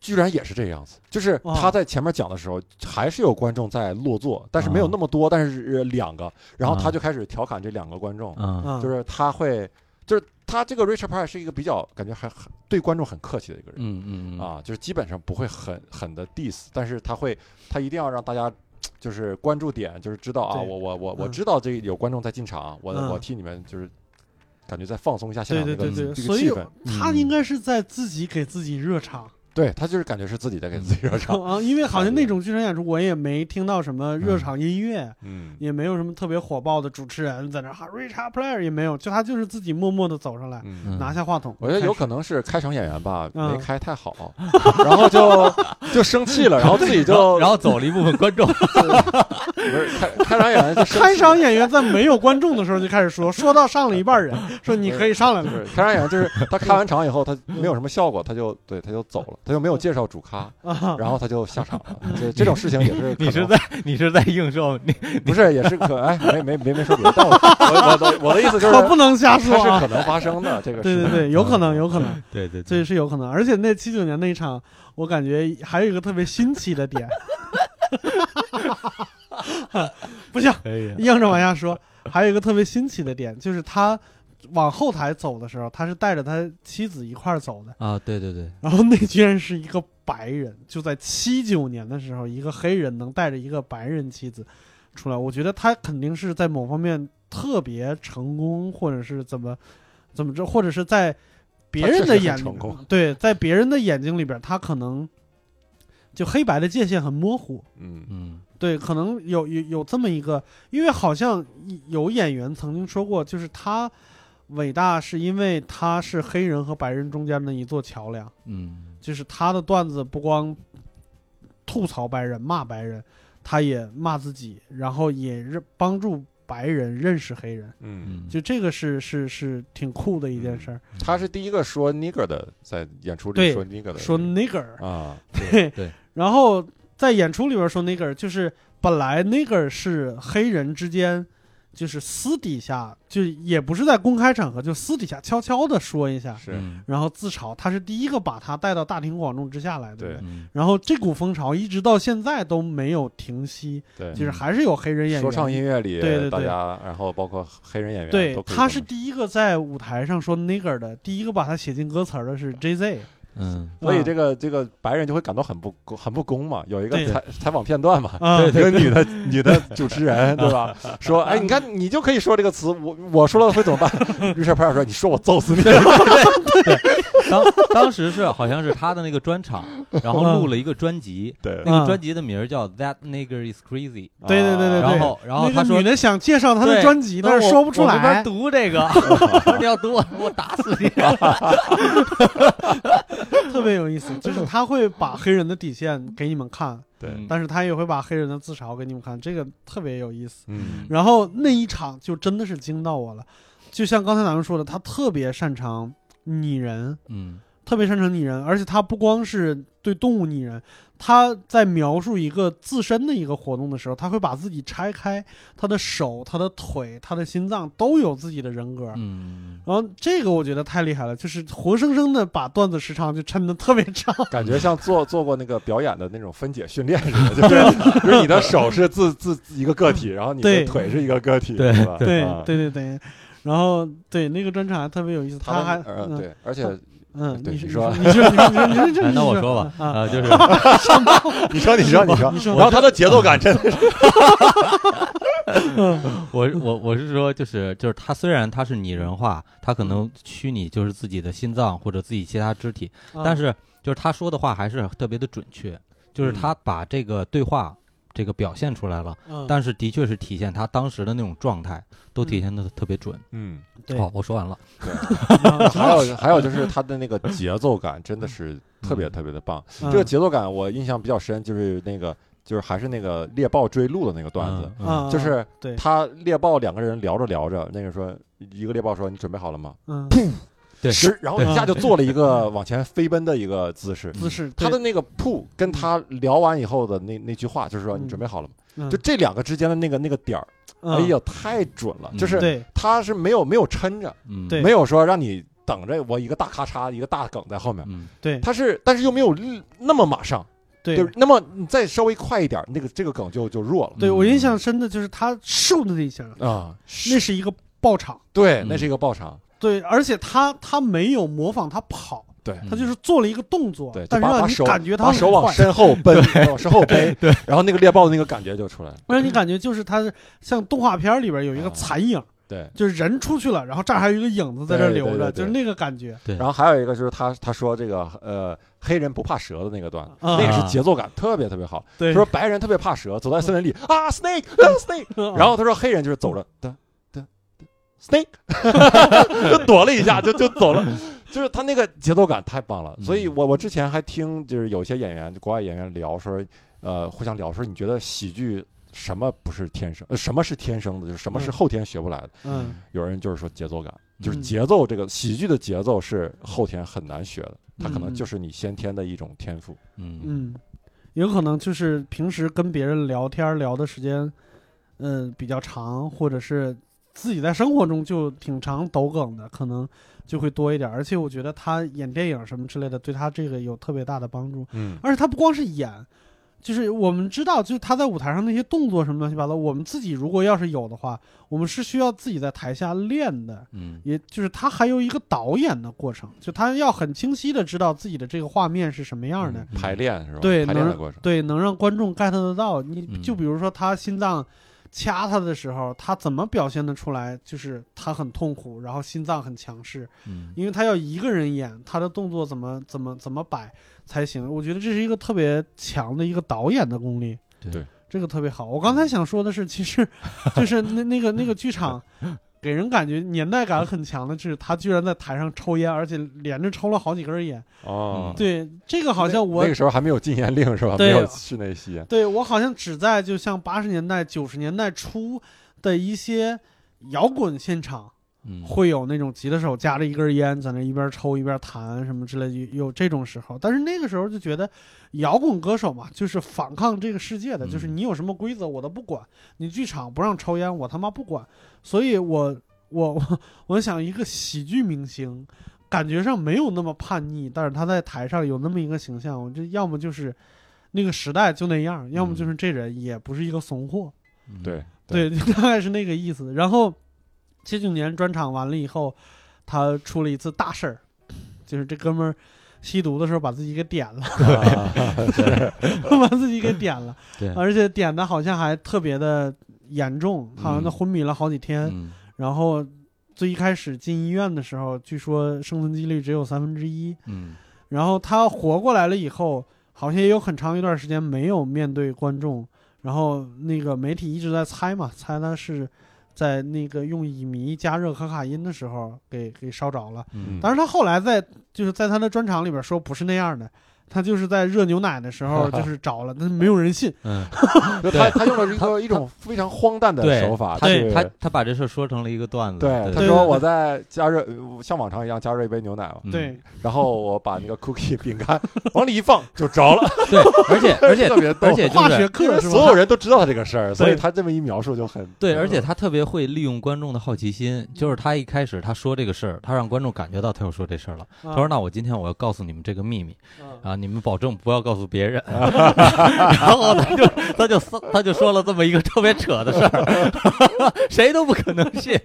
居然也是这样子，就是哇他在前面讲的时候，还是有观众在落座，但是啊没有那么多，但是呃两个，然后他啊就开始调侃这两个观众，啊啊！就是他会，就是他这个 Richard Pryor 是一个比较感觉还很对观众很客气的一个人、嗯嗯嗯啊，就是基本上不会很很的 diss，但是他会他一定要让大家就是关注点，就是知道啊，对我我我我嗯知道这有观众在进场，我、嗯我替你们就是感觉在放松一下现对场对那个对对，这所个以气氛，嗯他应该是在自己给自己热场对他就是感觉是自己在给自己热场，啊，因为好像那种剧场演出我也没听到什么热场音乐，嗯也没有什么特别火爆的主持人在那喊 Richard Player 也没有，就他就是自己默默的走上来，嗯。拿下话筒。我觉得开有始可能是开场演员吧，嗯没开太好， 然后就就生气了，然后自己嗯然 后就然后走了一部分观众，不是开开场演员就生开气场演员在没有观众的时候就开始说，说到上了一半人，说你可以上来 就了。是开场演员，就是他开完场以后，他没有什么效果，他就对他就走了，他就没有介绍主咖， 啊，然后他就下场 了。这这种事情也是可能你是在你是在映射你不是也是可哎没没没没说别的，但 我我我的我的意思就是可不能瞎说它啊是可！能发生的嗯这个对事对情。对，有可能，有可能，对对这是有可能。而且那七九年那一场，我感觉还有一个特别新奇的点， 不行，可以硬着往下说。还有一个特别新奇的点，就是他往后台走的时候，他是带着他妻子一块儿走的，啊，对对对， 然后那居然是一个白人，就在七九年的时候，一个黑人能带着一个白人妻子出来，我觉得他肯定是在某方面特别成功，或者是怎么怎么着，或者是在别人的眼他确实很成功对，在别人的眼睛里边，他可能就黑白的界限很模糊。嗯嗯对，可能有有有这么一个，因为好像有演员曾经说过，就是他伟大是因为他是黑人和白人中间的一座桥梁。嗯就是他的段子不光吐槽白人、骂白人，他也骂自己，然后也是帮助白人认识黑人，嗯，嗯，就这个是是是挺酷的一件事儿。他是第一个说 nigger 的，在演出里对说 nigger 的，说 nigger，啊， 对对然后在演出里边说 nigger，就是本来 nigger 是黑人之间。就是私底下，就也不是在公开场合，就私底下悄悄的说一下，是嗯然后自嘲，他是第一个把他带到大庭广众之下来的对人。嗯然后这股风潮一直到现在都没有停息，对就是还是有黑人演员。说唱音乐里对对对大家，然后包括黑人演啊员，对都，可以他这是么第一个在舞台上说 nigger 的，第一个把他写进歌词儿的是 J Z。嗯，所以啊这个这个白人就会感到很不公很不公嘛。有一个对采采访片段嘛，啊， 一个 女的女的主持人对吧？说哎，你看你就可以说这个词，我我说了会怎么办？绿色朋友说你说我揍死你。当 当时是好像是他的那个专场，然嗯后录了一个专辑， 对那个专辑的名儿叫《That Nigger Is Crazy 对对嗯对对》，然后然后那他个说女的想介绍他的对专辑，但是我说不出我没法来。嗯读这 个，我说你要读我，我打死你！特别有意思，就是他会把黑人的底线给你们看，对嗯但是他也会把黑人的自嘲给你们看，这个特别有意思。嗯然后那一场就真的是惊到我了，就像刚才咱们说的，他特别擅长拟人，嗯特别擅长拟人，而且他不光是对动物拟人，他在描述一个自身的一个活动的时候，他会把自己拆开，他的手、他的腿、他的心脏都有自己的人格。嗯，然后这个我觉得太厉害了，就是活生生的把段子时长就抻得特别长。感觉像做做过那个表演的那种分解训练似的， 就是就是你的手是自自一个个体，然后你的对腿是一个个体，对是吧？对啊对对对，然后对那个专场还特别有意思，他还们呃嗯对，而且嗯，对你你说说你说你说你说你说， 哎那我说吧，啊，啊，就是 你说你说 你 说你说然后他的节奏感真的是我我我是说，就是就是他虽然他是拟人化，他可能虚拟就是自己的心脏或者自己其他肢体，嗯啊但是就是他说的话还是特别的准确，就是他把这个对话这个表现出来了，嗯但是的确是体现他当时的那种状态，都体现的特别准。哦嗯，对好，我说完了。嗯还 有还有就是他的那个节奏感真的是特别特别的棒。嗯这个节奏感我印象比较深，就是那个就是还是那个猎豹追鹿的那个段子，嗯啊就是对他猎豹两个人聊着聊着，那个说一个猎豹说你准备好了吗？嗯对是，然后一下就做了一个 往前飞奔的一个姿势。姿势，他对的那个铺跟他聊完以后的那那句话，就是说嗯你准备好了吗？嗯就这两个之间的那个那个点儿，嗯哎呀，太准了！嗯就是对他是没有没有抻着，嗯，对 没有说让你等着我一个大咔嚓一个大梗在后面，嗯，对他是但是又没有那么马上，对就是那么你再稍微快一点，那个这个梗就就弱了对我印象深的就是他咻的那一下，啊。那是一个爆场，对，嗯那是一个爆场，对，而且他他没有模仿他跑，对嗯他就是做了一个动作嗯对，，但就是把把让你手感觉他把手往很快身后奔， 往身后背，对，然后那个猎豹的那个感觉就出来了，让你感觉就是他是像动画片里边有一个啊残影，对。就是人出去了，然后这儿还有一个影子在这儿对对留对着，对就是那个感觉。对然后还有一个就是他他说这个呃黑人不怕蛇的那个段子，啊那个是节奏感特别特别好。对， 嗯说白人特别怕蛇，走在森林里啊 snake 啊 snake，然哦后他说黑人就是走着哒哒哒 snake，就躲了一下就就走了，就是他那个节奏感太棒了。嗯所以我我之前还听就是有些演员国外演员聊说，呃互相聊说你觉得喜剧什么不是天生，呃什么是天生的，就是什么是后天学不来的。嗯，有人就是说节奏感，就是嗯节奏这个喜剧的节奏是后天很难学的，它可能嗯就是你先天的一种天赋。嗯嗯，有可能就是平时跟别人聊天聊的时间，嗯，比较长，或者是自己在生活中就挺常抖梗的，可能就会多一点。而且我觉得他演电影什么之类的，对他这个有特别大的帮助。嗯而且他不光是演，就是我们知道，就是他在舞台上那些动作什么乱七八糟，我们自己如果要是有的话，我们是需要自己在台下练的。嗯也就是他还有一个导演的过程，就他要很清晰的知道自己的这个画面是什么样的，嗯排练是吧？对排练的能过程。对，能让观众 get 得到。你嗯就比如说他心脏掐他的时候，他怎么表现得出来？就是他很痛苦，然后心脏很强势，嗯因为他要一个人演，他的动作怎么怎么怎么摆才行。我觉得这是一个特别强的一个导演的功力，对 这个特别好。我刚才想说的是，其实就是那那个那个剧场。给人感觉年代感很强的是，他居然在台上抽烟，而且连着抽了好几根烟。哦，对，这个好像我那个时候还没有禁烟令是吧？没对有室内吸烟。对我好像只在就像八十年代、九十年代初的一些摇滚现场，嗯，会有那种吉他手夹着一根烟在那一边抽一边弹什么之类的，有有这种时候。但是那个时候就觉得，摇滚歌手嘛，就是反抗这个世界的，嗯就是你有什么规则我都不管，你剧场不让抽烟我他妈不管。所以我 我我我想一个喜剧明星，感觉上没有那么叛逆，但是他在台上有那么一个形象，我这要么就是那个时代就那样，要么就是这人也不是一个怂货。嗯对，对， 就大概是那个意思。然后七九年专场完了以后，他出了一次大事儿，就是这哥们儿吸毒的时候把自己给点了， 嗯 把自己给点了，对而且点的好像还特别的严重，好像他昏迷了好几天。嗯然后最一开始进医院的时候，据说生存几率只有三分之一。嗯然后他活过来了以后，好像也有很长一段时间没有面对观众，然后那个媒体一直在猜嘛，猜他是在那个用乙醚加热可卡因的时候给给烧着了。嗯，当然，他后来在就是在他的专场里边说不是那样的，他就是在热牛奶的时 候就是着了，但是没有人信。嗯，就他他用了一个一种非常荒诞的对，手法，他就是嗯他他把这事儿说成了一个段子，对，他对说对我在加热，呃像往常一样加热一杯牛奶 嘛，嗯对，然后我把那个 cookie 饼干往里一放就着 了，对，而且而且特别逗而且就化是学因为课是吧？所 有人都知道他这个事儿，所以他这么一描述就很对，而且他特别会利用观众的好奇心，就是他一开始他说这个事儿，他让观众感觉到他要说这事儿了。他说：“那我今天我要告诉你们这个秘密啊啊，你们保证不要告诉别人。” 然后他就他就撒他就说了这么一个特别扯的事儿， 谁都不可能信。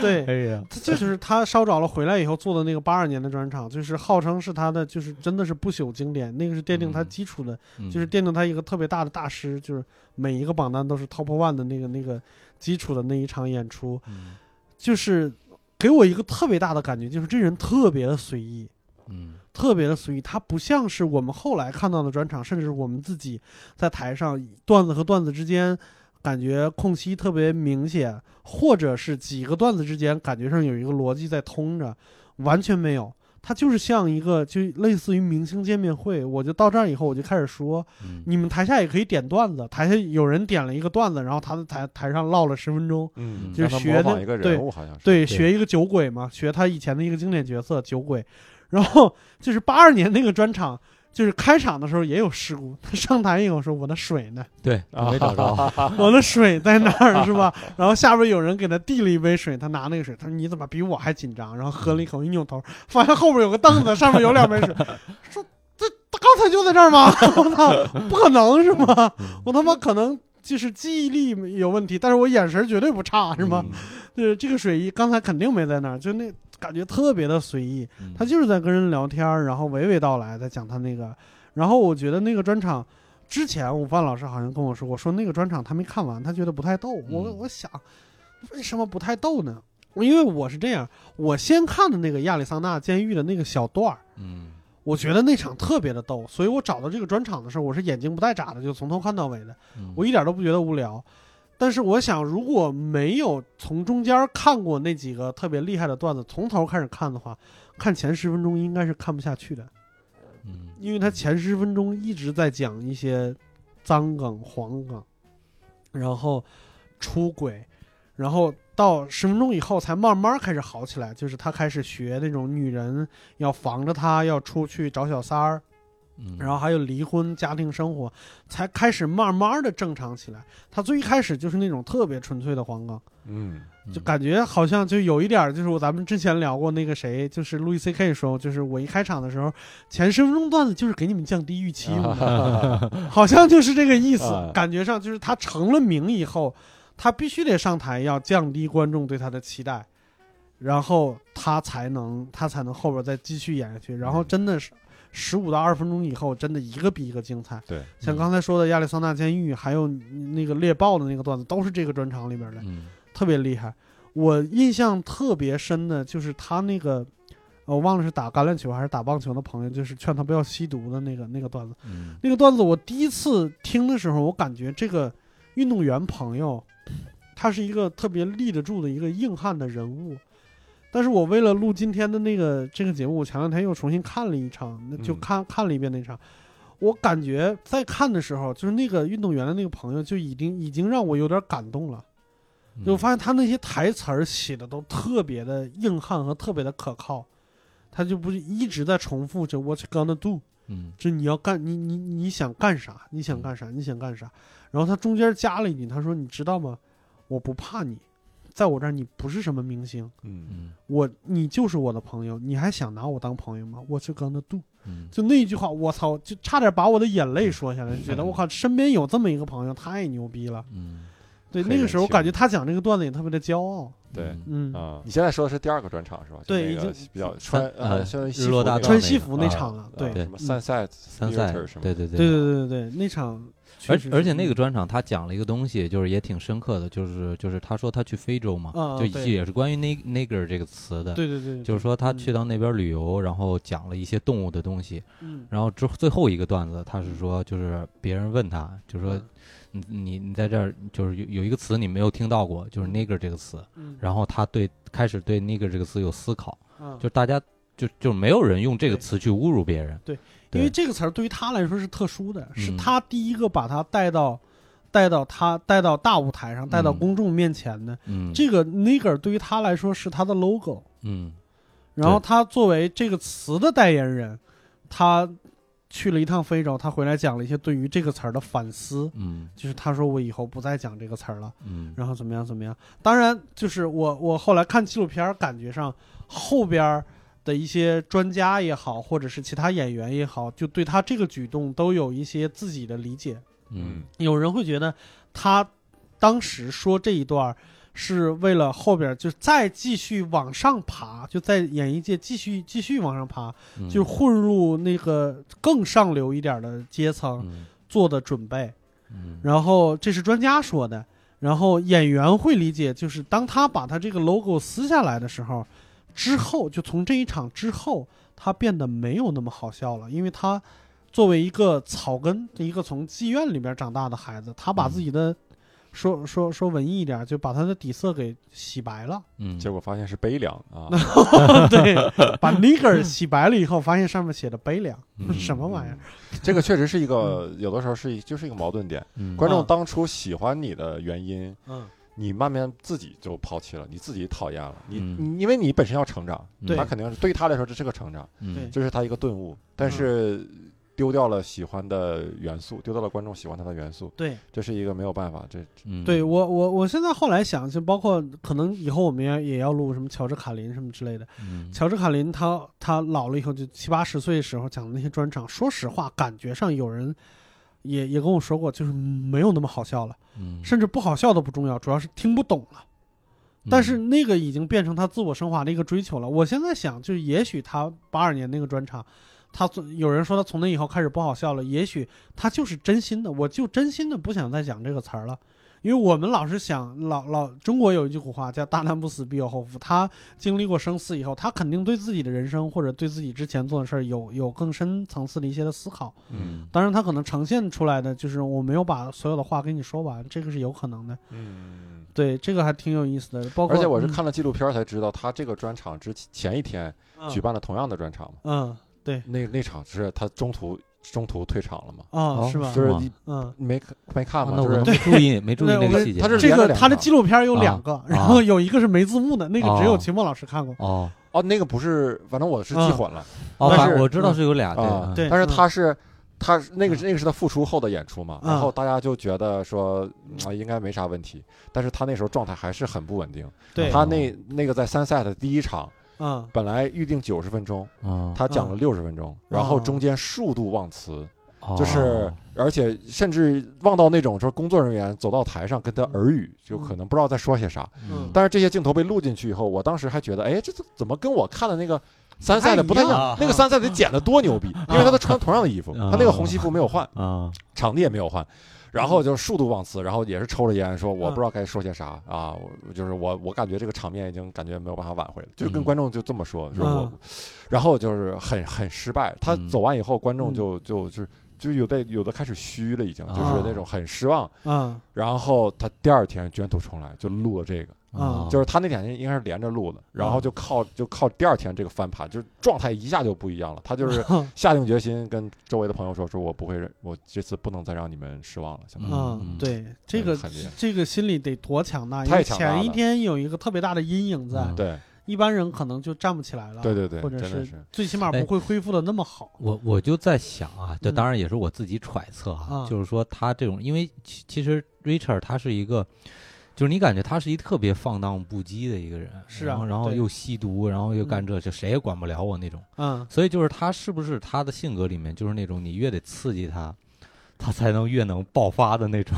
对，哎呀，他这就是他烧着了回来以后做的那个八二年的专场，就是号称是他的，就是真的是不朽经典，那个是奠定他嗯基础的，嗯就是奠定他一个特别大的大师，就是每一个榜单都是 top one 的那个那个基础的那一场演出，嗯就是给我一个特别大的感觉，就是这人特别的随意，嗯特别的随意，他不像是我们后来看到的专场，甚至我们自己在台上段子和段子之间感觉空隙特别明显，或者是几个段子之间感觉上有一个逻辑在通着，完全没有。他就是像一个，就类似于明星见面会，我就到这儿以后，我就开始说，嗯你们台下也可以点段子，台下有人点了一个段子，然后他在台台上唠了十分钟，嗯，就是让他学模仿的一个对人物好像是对，对学一个酒鬼嘛，学他以前的一个经典角色酒鬼。然后就是八二年那个专场，就是开场的时候也有事故，他上台以后说我的水呢，对，啊我没找着。我的水在哪儿是吧？然后下边有人给他递了一杯水，他拿那个水，他说你怎么比我还紧张？然后喝了一口，一扭头发现后边有个凳子，上面有两杯水，说这他刚才就在这儿吗？ 我操，不可能是吗？我他妈可能就是记忆力有问题，但是我眼神绝对不差 是吗？嗯？对，这个水一刚才肯定没在那儿，就那感觉特别的随意，嗯他就是在跟人聊天儿，然后娓娓道来在讲他那个，然后我觉得那个专场。之前午饭老师好像跟我说过，说那个专场他没看完，他觉得不太逗。我嗯我想，为什么不太逗呢？因为我是这样，我先看的那个亚利桑那监狱的那个小段儿，嗯我觉得那场特别的逗，所以我找到这个专场的时候，我是眼睛不带眨的，就从头看到尾的。嗯我一点都不觉得无聊。但是我想，如果没有从中间看过那几个特别厉害的段子，从头开始看的话，看前十分钟应该是看不下去的，嗯因为他前十分钟一直在讲一些脏梗、黄梗，然后出轨，然后到十分钟以后才慢慢开始好起来，就是他开始学那种女人要防着他，要出去找小三儿，嗯然后还有离婚、家庭生活，才开始慢慢的正常起来。他最一开始就是那种特别纯粹的黄冈，嗯就感觉好像就有一点儿，就是我咱们之前聊过那个谁，就是路易 C K 说，就是我一开场的时候，前十分钟段子就是给你们降低预期 用的，嗯好像就是这个意思啊。感觉上就是他成了名以后，他必须得上台，要降低观众对他的期待，然后他才能他才能后边再继续演下去。然后真的是十五到二十分钟以后，真的一个比一个精彩。对，像刚才说的亚利桑那监狱，还有那个猎豹的那个段子，都是这个专场里边的，嗯特别厉害。我印象特别深的就是他那个，呃我忘了是打橄榄球还是打棒球的朋友，就是劝他不要吸毒的那个那个段子。嗯那个段子我第一次听的时候，我感觉这个运动员朋友他是一个特别立得住的一个硬汉的人物。但是我为了录今天的那个这个节目，我前两天又重新看了一场，那就嗯看、看了一遍那场。我感觉在看的时候，就是那个运动员的那个朋友，就已经已经让我有点感动了。嗯就我发现他那些台词儿写的都特别的硬汉和特别的可靠，他就不是一直在重复着 "What you gonna do"，嗯就你要干，你你你想干啥？你想干啥？你想干啥？然后他中间加了一句，他说：“你知道吗？我不怕你，在我这儿你不是什么明星，嗯嗯我你就是我的朋友，你还想拿我当朋友吗？What you gonna do？” 嗯就那一句话，我操，就差点把我的眼泪说下来，就觉得我靠，身边有这么一个朋友，太牛逼了。嗯，对，很那个时候我人性感觉他讲这个段子也特别的骄傲。对嗯，嗯啊，你现在说的是第二个专场是吧？就对那个已经比较穿呃呃，像日西服落大那个道穿那西个服那啊场了，对啊对什么嗯 sunset 参赛 theater 什么对对对对对对对对，那场确而实是，嗯而且那个专场他讲了一个东西，就是也挺深刻的，就是就是他说他去非洲嘛，啊啊就对也是关于那 “nigger” 这个词的，对对对，就是说他去嗯到那边旅游，然后讲了一些动物的东西，嗯然后之后最后一个段子他是说，就是别人问他，就说嗯你你你在这儿就是有有一个词你没有听到过，就是 “nigger” 这个词，嗯，然后他对开始对 “nigger” 这个词有思考，嗯就大家就就没有人用这个对词去侮辱别人，因为对这个词儿对于他来说是特殊的，是嗯他第一个把他带到带到他带到大舞台上，带到嗯公众面前的。嗯这个 nigger 对于他来说是他的 logo，嗯然后对他作为这个词的代言人，他去了一趟非洲，他回来讲了一些对于这个词儿的反思。嗯就是他说我以后不再讲这个词儿了，嗯然后怎么样怎么样。当然，就是我我后来看纪录片儿，感觉上后边儿的一些专家也好，或者是其他演员也好，就对他这个举动都有一些自己的理解。嗯有人会觉得他当时说这一段儿是为了后边儿就再继续往上爬，就在演艺界继续继续往上爬，嗯就是混入那个更上流一点儿的阶层嗯做的准备。嗯然后这是专家说的，然后演员会理解，就是当他把他这个 logo 撕下来的时候，之后就从这一场之后，他变得没有那么好笑了，因为他作为一个草根，一个从妓院里边长大的孩子，他把自己的、说说说文艺一点，就把他的底色给洗白了，嗯结果发现是悲凉啊，对，把 nigger 洗白了以后，发现上面写的悲凉， 什么玩意儿？这个确实是一个，有的时候是一就是一个矛盾点。嗯观啊众当初喜欢你的原因，嗯，你慢慢自己就抛弃了，你自己讨厌了，你、嗯你因为你本身要成长，对他肯定是对于他来说这是个成长，嗯这是他一个顿悟，但是丢掉了喜欢的元素，丢掉了观众喜欢他的元素，对。这是一个没有办法，这嗯对我，我我现在后来想，就包括可能以后我们也也要录什么乔治卡林什么之类的。嗯乔治卡林他他老了以后，就七八十岁的时候讲的那些专场，说实话，感觉上有人也也跟我说过，就是没有那么好笑了，嗯甚至不好笑都不重要，主要是听不懂了。嗯但嗯是那个已经变成他自我升华的一个追求了。我现在想，就也许他八二年那个专场，他从有人说他从那以后开始不好笑了，也许他就是真心的，我就真心的不想再讲这个词儿了。因为我们老是想，老老中国有一句古话叫“大难不死，必有后福”。他经历过生死以后，他肯定对自己的人生或者对自己之前做的事儿有有更深层次的一些的思考。嗯当然，他可能呈现出来的就是我没有把所有的话跟你说完，这个是有可能的。嗯。对，这个还挺有意思的。包括而且我是嗯看了纪录片才知道，他这个专场之前一天嗯举办了同样的专场嘛，嗯，对，那那场是他中途中途退场了嘛，啊，是吧？就是吗你嗯，你没看没看吗？啊那就 我是没注意，没注意那个细节。他是这连了个两他的场纪录片有两个，然后有一个是没字幕的，那个只有哦秦墨老师看过。哦哦，那个不是，反正我是记混了哦，但反是正我知道是有俩啊。对但是嗯他是他是那个那个是他复出后的演出嘛，嗯然后大家就觉得说啊应该没啥问题，但是他那时候状态还是很不稳定。对，他那那个在参赛的第一场，嗯本来预定九十分钟，嗯，哦他讲了六十分哦钟，然后中间数度忘词，他嗯就是而且甚至忘到那种说工作人员走到台上跟他耳语，就可能不知道在说些啥。嗯但是这些镜头被录进去以后，我当时还觉得，哎，这怎怎么跟我看的那个参赛的不太一不太一样样啊？那个参赛得剪得多牛逼，因为他都穿同样的衣服，啊他那个红西服没有换，啊场地也没有换。然后就是数度忘词，然后也是抽着烟，说我不知道该说些啥啊，我我就是我我感觉这个场面已经感觉没有办法挽回了，就跟嗯啊观众就这么说，说我嗯，然后就是很很失败。他嗯走完以后，观众就就就是就有的有的开始虚了，已经就是啊那种很失望。啊然后他第二天卷土重来，就录了这个，哦啊就是他那两天应该是连着录的，然啊后就靠就靠第二天这个翻盘，就是状态一下就不一样了。他 就是下定决心跟周围的朋友说，说我不会，我这次不能再让你们失望了，相当于。啊嗯，对，这个很厉害这个心理得多强大，因太为强大了前一天有一个特别大的阴影在，嗯对一般人可能就站不起来了，对对对，啊或者真的是是最起码哎不会恢复的那么好。我我就在想啊，这嗯当然也是我自己揣测啊，啊就是说他这种，因为其其实 Richard 他是一个，就是你感觉他是一特别放荡不羁的一个人，是啊然后然后对又吸毒，然后又干嗯这，就谁也管不了我那种。嗯，所以就是他是不是他的性格里面就是那种你越得刺激 他，他才能越能爆发的那种，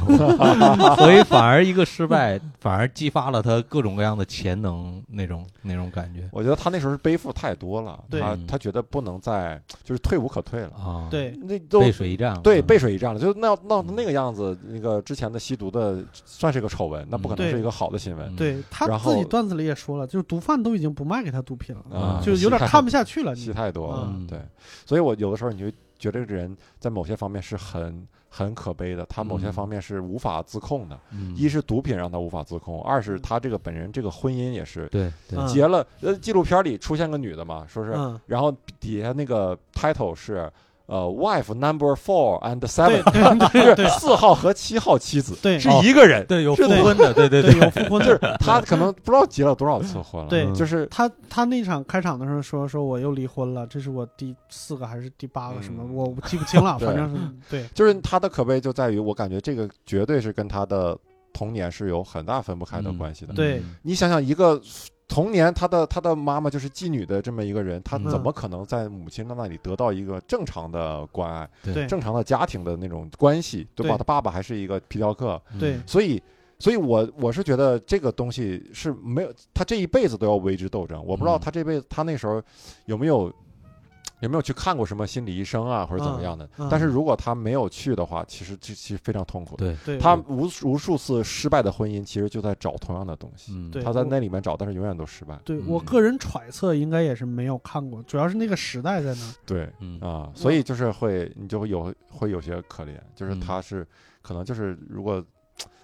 所以反而一个失败 反而激发了他各种各样的潜能那种那种感觉我觉得他那时候是背负太多了，对他他觉得不能再就是退无可退了，嗯啊，，对，那都背水一战了，对嗯背水一战了，就那闹那个样子，那个之前的吸毒的算是个丑闻，那不可能对是一个好的新闻嗯对他然自己后段子里也说了，就是毒贩都已经不卖给他毒品了，啊，就有点看不下去了。戏你太多了嗯，对，所以我有的时候你就觉得这个人在某些方面是很很可悲的，他某些嗯方面是无法自控的，嗯一是毒品让他无法自控，二是他这个本人这个婚姻也是对对嗯结了，呃，纪录片里出现个女的嘛，说是嗯，然后底下那个 title 是呃，wife number four and 对 seven，对对 是对四号和七号妻子，对哦是一个人，对有是复的婚的，对对对， 有复婚的就是。他可能不知道结了多少次婚了，对嗯就是他他那场开场的时候说说我又离婚了，这是我第四个还是第八个什么，嗯我我记不清 了，对反正是对，就是他的可悲就在于，我感觉这个绝对是跟他的童年是有很大分不开的关系嗯的。对嗯你想想，一个童年他的他的妈妈就是妓女的这么一个人，他嗯怎么可能在母亲那里得到一个正常的关爱、对正常的家庭的那种关系，对吧？哎对他爸爸还是一个皮条客，嗯对所以，所以我我是觉得这个东西是没有他这一辈子都要为之斗争。我不知道嗯他这辈子他那时候有没有有没有去看过什么心理医生啊，或者怎么样的。嗯嗯但是如果他没有去的话，其实这其实非常痛苦的。对，对，他无无数次失败的婚姻，其实就在找同样的东西。嗯对他在那里面找，但是永远都失败。对嗯我个人揣测应该也是没有看过，主要是那个时代在那儿。对，嗯啊，所以就是会你就会有会有些可怜，就是嗯他是、可能就是如果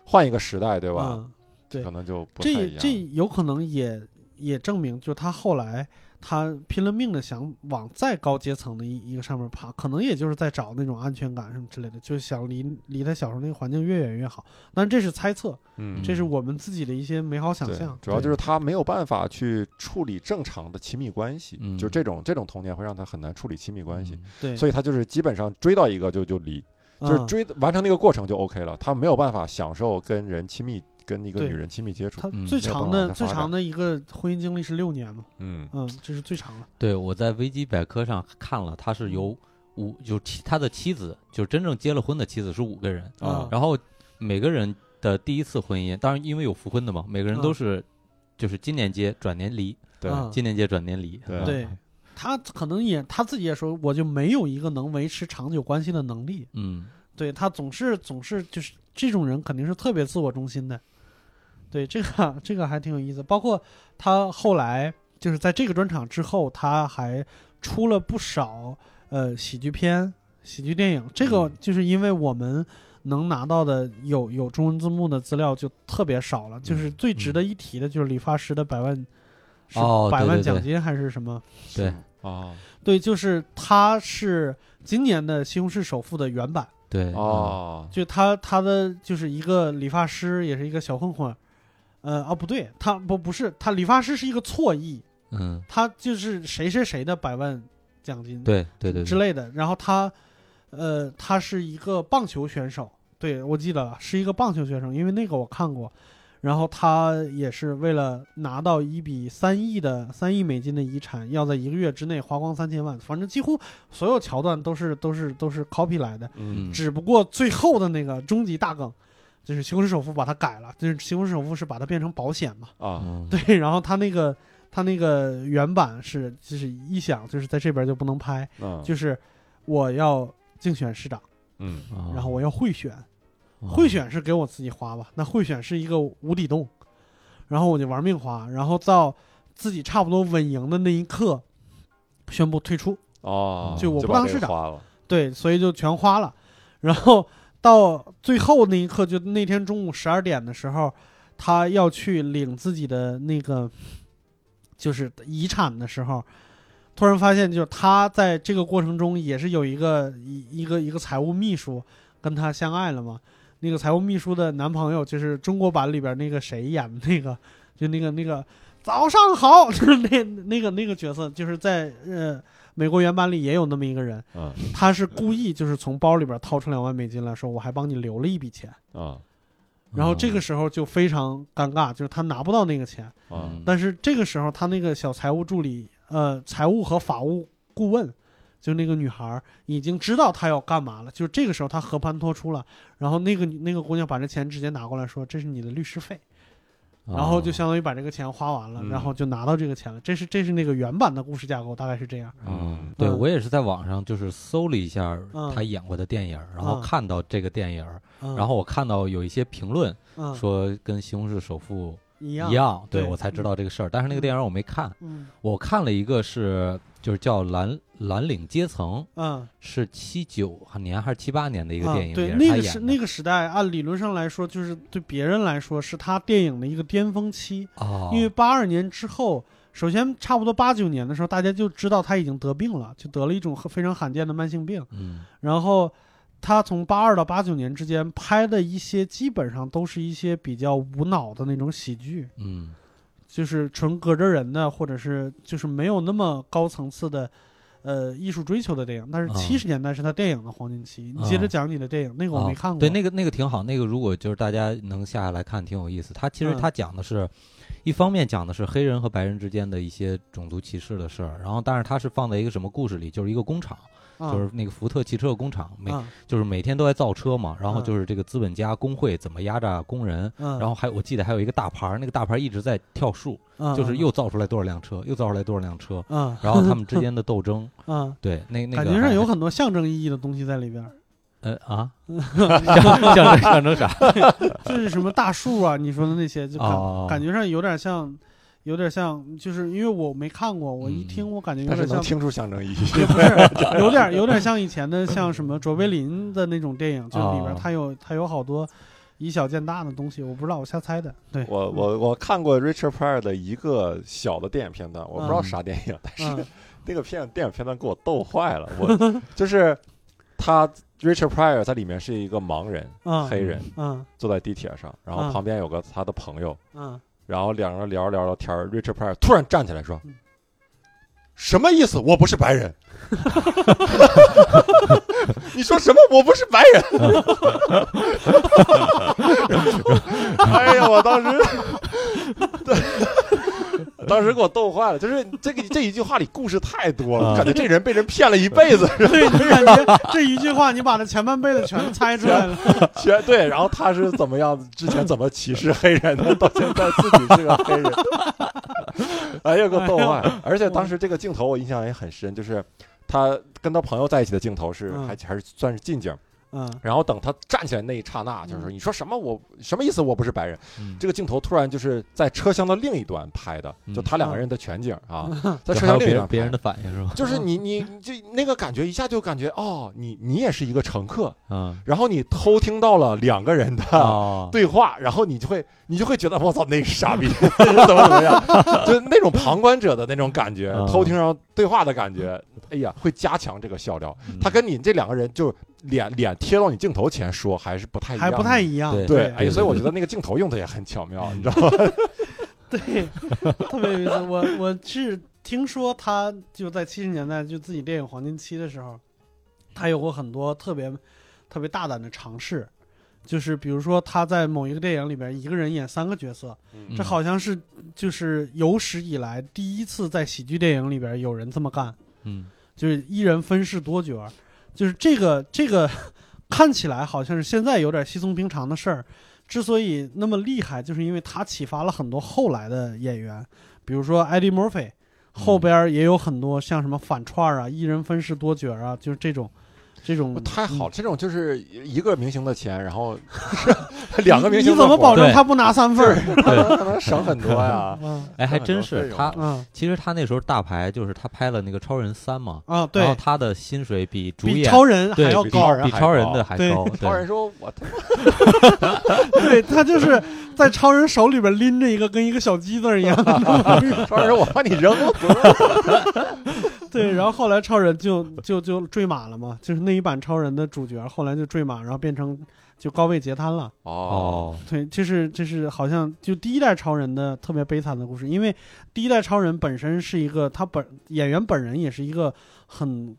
换一个时代，对吧？嗯，对可能就不太这一样。这有可能也也证明，就他后来他拼了命的想往再高阶层的一一个上面爬，可能也就是在找那种安全感什么之类的，就是想离离他小时候那个环境越远越好。但这是猜测，嗯，这是我们自己的一些美好想对，象。主要就对是他没有办法去处理正常的亲密关系，嗯就这种这种童年会让他很难处理亲密关系，对，所以他就是基本上追到一个就就离，嗯就是追完成那个过程就 OK 了，他没有办法享受跟人亲密跟一个对女人亲密接触他，嗯最没有长办的法最发展长的一个婚姻经历是六年嘛，嗯嗯，这是最长的。对，我在维基百科上看了，他是嗯由五，就妻他的妻子，就是真正结了婚的妻子是五个人，啊然后每个人的第一次婚姻，当然因为有复婚的嘛，每个人都嗯是就是今年结，转年离，对嗯今年结，转年离，对嗯对，啊他可能也他自己也说，我就没有一个能维持长久关系的能力。嗯，对他总是总是就是这种人肯定是特别自我中心的。对这个这个还挺有意思，包括他后来就是在这个专场之后，他还出了不少呃喜剧片、喜剧电影。这个嗯就是因为我们能拿到的有有中文字幕的资料就特别少了，就是嗯最值得一提的就是理发师的百万。是哦百对万对奖对金还是什么？对啊对，就是他是今年的《西红柿首富》的原版，对，嗯哦就他他的就是一个理发师，也是一个小混混儿，呃啊不对，他不不是他理发师是一个错译，嗯，他就是谁谁谁的百万奖金嗯，对对对，对之，类的。然后他，呃，他是一个棒球选手，对我记得了，是一个棒球选手，因为那个我看过。然后他也是为了拿到一笔三亿的三亿美金的遗产，要在一个月之内花光三千万，反正几乎所有桥段都是都是都是 copy 来的。嗯只不过最后的那个终极大梗，就是西红柿首富把它改了，就是西红柿首富是把它变成保险嘛，啊嗯，对，然后他那个他那个原版是就是一想就是在这边就不能拍，嗯就是我要竞选市长，嗯哦然后我要贿选，哦贿选是给我自己花吧，那贿选是一个无底洞，然后我就玩命花，然后到自己差不多稳赢的那一刻，宣布退出，哦，就我不把当这个市长花了对，所以就全花了。然后到最后那一刻，就那天中午十二点的时候，他要去领自己的那个就是遗产的时候，突然发现，就是他在这个过程中也是有一个一一个一个财务秘书跟他相爱了嘛。那个财务秘书的男朋友就是中国版里边那个谁演的那个，就那个那个早上好， 就是那那个那个角色，就是在呃美国原版里也有那么一个人，嗯他是故意就是从包里边掏出两万美金来说，我还帮你留了一笔钱。啊嗯然后这个时候就非常尴尬，就是他拿不到那个钱。啊嗯但是这个时候，他那个小财务助理，呃，财务和法务顾问，就那个女孩儿已经知道他要干嘛了。就这个时候，他和盘托出了，然后那个那个姑娘把这钱直接拿过来说：“这是你的律师费。”然后嗯就相当于把这个钱花完了，嗯然后就拿到这个钱了。这是这是那个原版的故事架构，大概是这样。嗯，对嗯我也是在网上就是搜了一下嗯他演过的电影，然后嗯看到这个电影，嗯、然后我看到有一些评论嗯说跟《西红柿首富》一一样，样，对对我才知道这个事儿。但是那个电影我没看，嗯我看了一个是就是叫《蓝蓝领阶层》，嗯，是七九年还是七八年的一个电影，啊、对也，是他那个演是的那个时代，按理论上来说，就是对别人来说是他电影的一个巅峰期，哦，因为八二年之后，首先差不多八九年的时候，大家就知道他已经得病了，就得了一种非常罕见的慢性病。嗯然后他从八二到八九年之间拍的一些，基本上都是一些比较无脑的那种喜剧，嗯就是纯隔着人的，或者是就是没有那么高层次的。呃，艺术追求的电影，但是啊七十年代是他电影的黄金期。你啊接着讲你的电影，那个我哦没看过。对，那个那个挺好，那个如果就是大家能下来看，挺有意思。他其实嗯他讲的是，一方面讲的是黑人和白人之间的一些种族歧视的事儿，然后但是他是放在一个什么故事里，就是一个工厂，啊就是那个福特汽车工厂，每、啊就是每天都在造车嘛，然后嗯就是这个资本家工会怎么压榨工人。嗯，然后还我记得还有一个大牌儿，那个大牌儿一直在跳数，后就是又造出来多少辆车，又造出来多少辆车，嗯然后他们之间的斗争，嗯，对，那那 个感觉上还有很多象征意义的东西在里边儿， 呃 啊，象象征象征啥？就是什么大树啊，你说的那些，就感哦感觉上有点像，有点像，就是因为我没看过，我一嗯听我感觉有但是点能像，听出象征意义。也不是，有 点有点像以前的像什么卓别林的那种电影，就是里边儿哦它有它有好多以小见大的东西，我不知道，我瞎猜的，对，我我我看过 Richard Pryor 的一个小的电影片段，我不知道啥电影，但是嗯那个片电影片段给我逗坏了。我就是他 Richard Pryor 在里面是一个盲人，嗯黑人嗯坐在地铁上，然后嗯旁边有个他的朋友， 嗯然后两个人聊着聊着天儿，Richard Pryor 突然站起来说：“什么意思？我不是白人。”你说什么？我不是白人。 哎呀，我当时， 对当时给我逗坏了。就是这个这一句话里故事太多了，啊感觉这人被人骗了一辈子。对你感觉这一句话，你把他前半辈子全猜出来了， 全对，然后他是怎么样？之前怎么歧视黑人的，到现在自己是个黑人，哎呀，给我逗坏了！而且当时这个镜头我印象也很深，就是他跟他朋友在一起的镜头是嗯还还是算是近景，嗯然后等他站起来那一刹那，就是你说什么我什么意思？我不是白人。嗯这个镜头突然就是在车厢的另一端拍的，就他两个人的全景啊， 在嗯就车还有厢另别一端人别人的。的反应是吧？就是 你你你就那个感觉一下就感觉哦，你你也是一个乘客，嗯然后你偷听到了两个人的啊哦，对话，然后你就会你就会觉得我操，那个傻逼怎么怎么样，就是那种旁观者的那种感觉啊，偷听上对话的感觉，哎呀，会加强这个笑料。嗯他跟你这两个人就脸脸贴到你镜头前说，还是不太一样还的，不太一样，对对。啊哎，所以我觉得那个镜头用的也很巧妙，你知道吗？ 对，特别有意思。我我是听说他就在七十年代就自己电影黄金期的时候，他有过很多特别特别大胆的尝试，就是比如说他在某一个电影里边一个人演三个角色，嗯这好像是就是有史以来第一次在喜剧电影里边有人这么干，嗯就是一人分饰多角儿，就是这个这个 看起来好像是现在有点稀松平常的事儿，之所以那么厉害，就是因为它启发了很多后来的演员，比如说 Eddie Murphy，后边儿也有很多像什么反串儿啊、一人分饰多角儿啊，就是这种。这种我太好了，这种就是一个明星的钱，然后 两个明你星你怎么保证对他不拿三份儿？ 证能省很多呀？啊哎，还真这是很多费用他啊其实他那时候大牌就是他拍了那个《超人三》嘛，啊！然后对，他的薪水比主比演超人还对要比高啊超。人比还超人高的还对高。超人对，说：“我他妈对他就是在超人手里边拎着一个跟一个小鸡子一样。超人说我把你扔了，不是对，然后后来超人就就就坠马了嘛，就是那一版超人的主角后来就坠马，然后变成就高位截瘫了。哦，哦，对，这是这是好像就第一代超人的特别悲惨的故事，因为第一代超人本身是一个他本演员本人也是一个很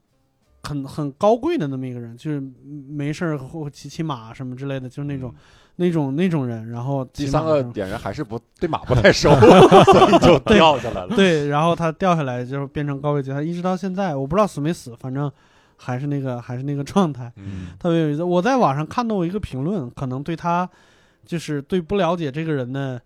很很高贵的那么一个人，就是没事儿或骑骑马什么之类的，就是那种、那种那种人。然后第骑三马个的时候点人还是不对马不太熟， 所以就掉下来了。对，然后他掉下来就变成高位截瘫，一直到现在我不知道死没死，反正还是那个还是那个状态。嗯，特别有意思。我在网上看到过一个评论，可能对他就是对不了解这个人的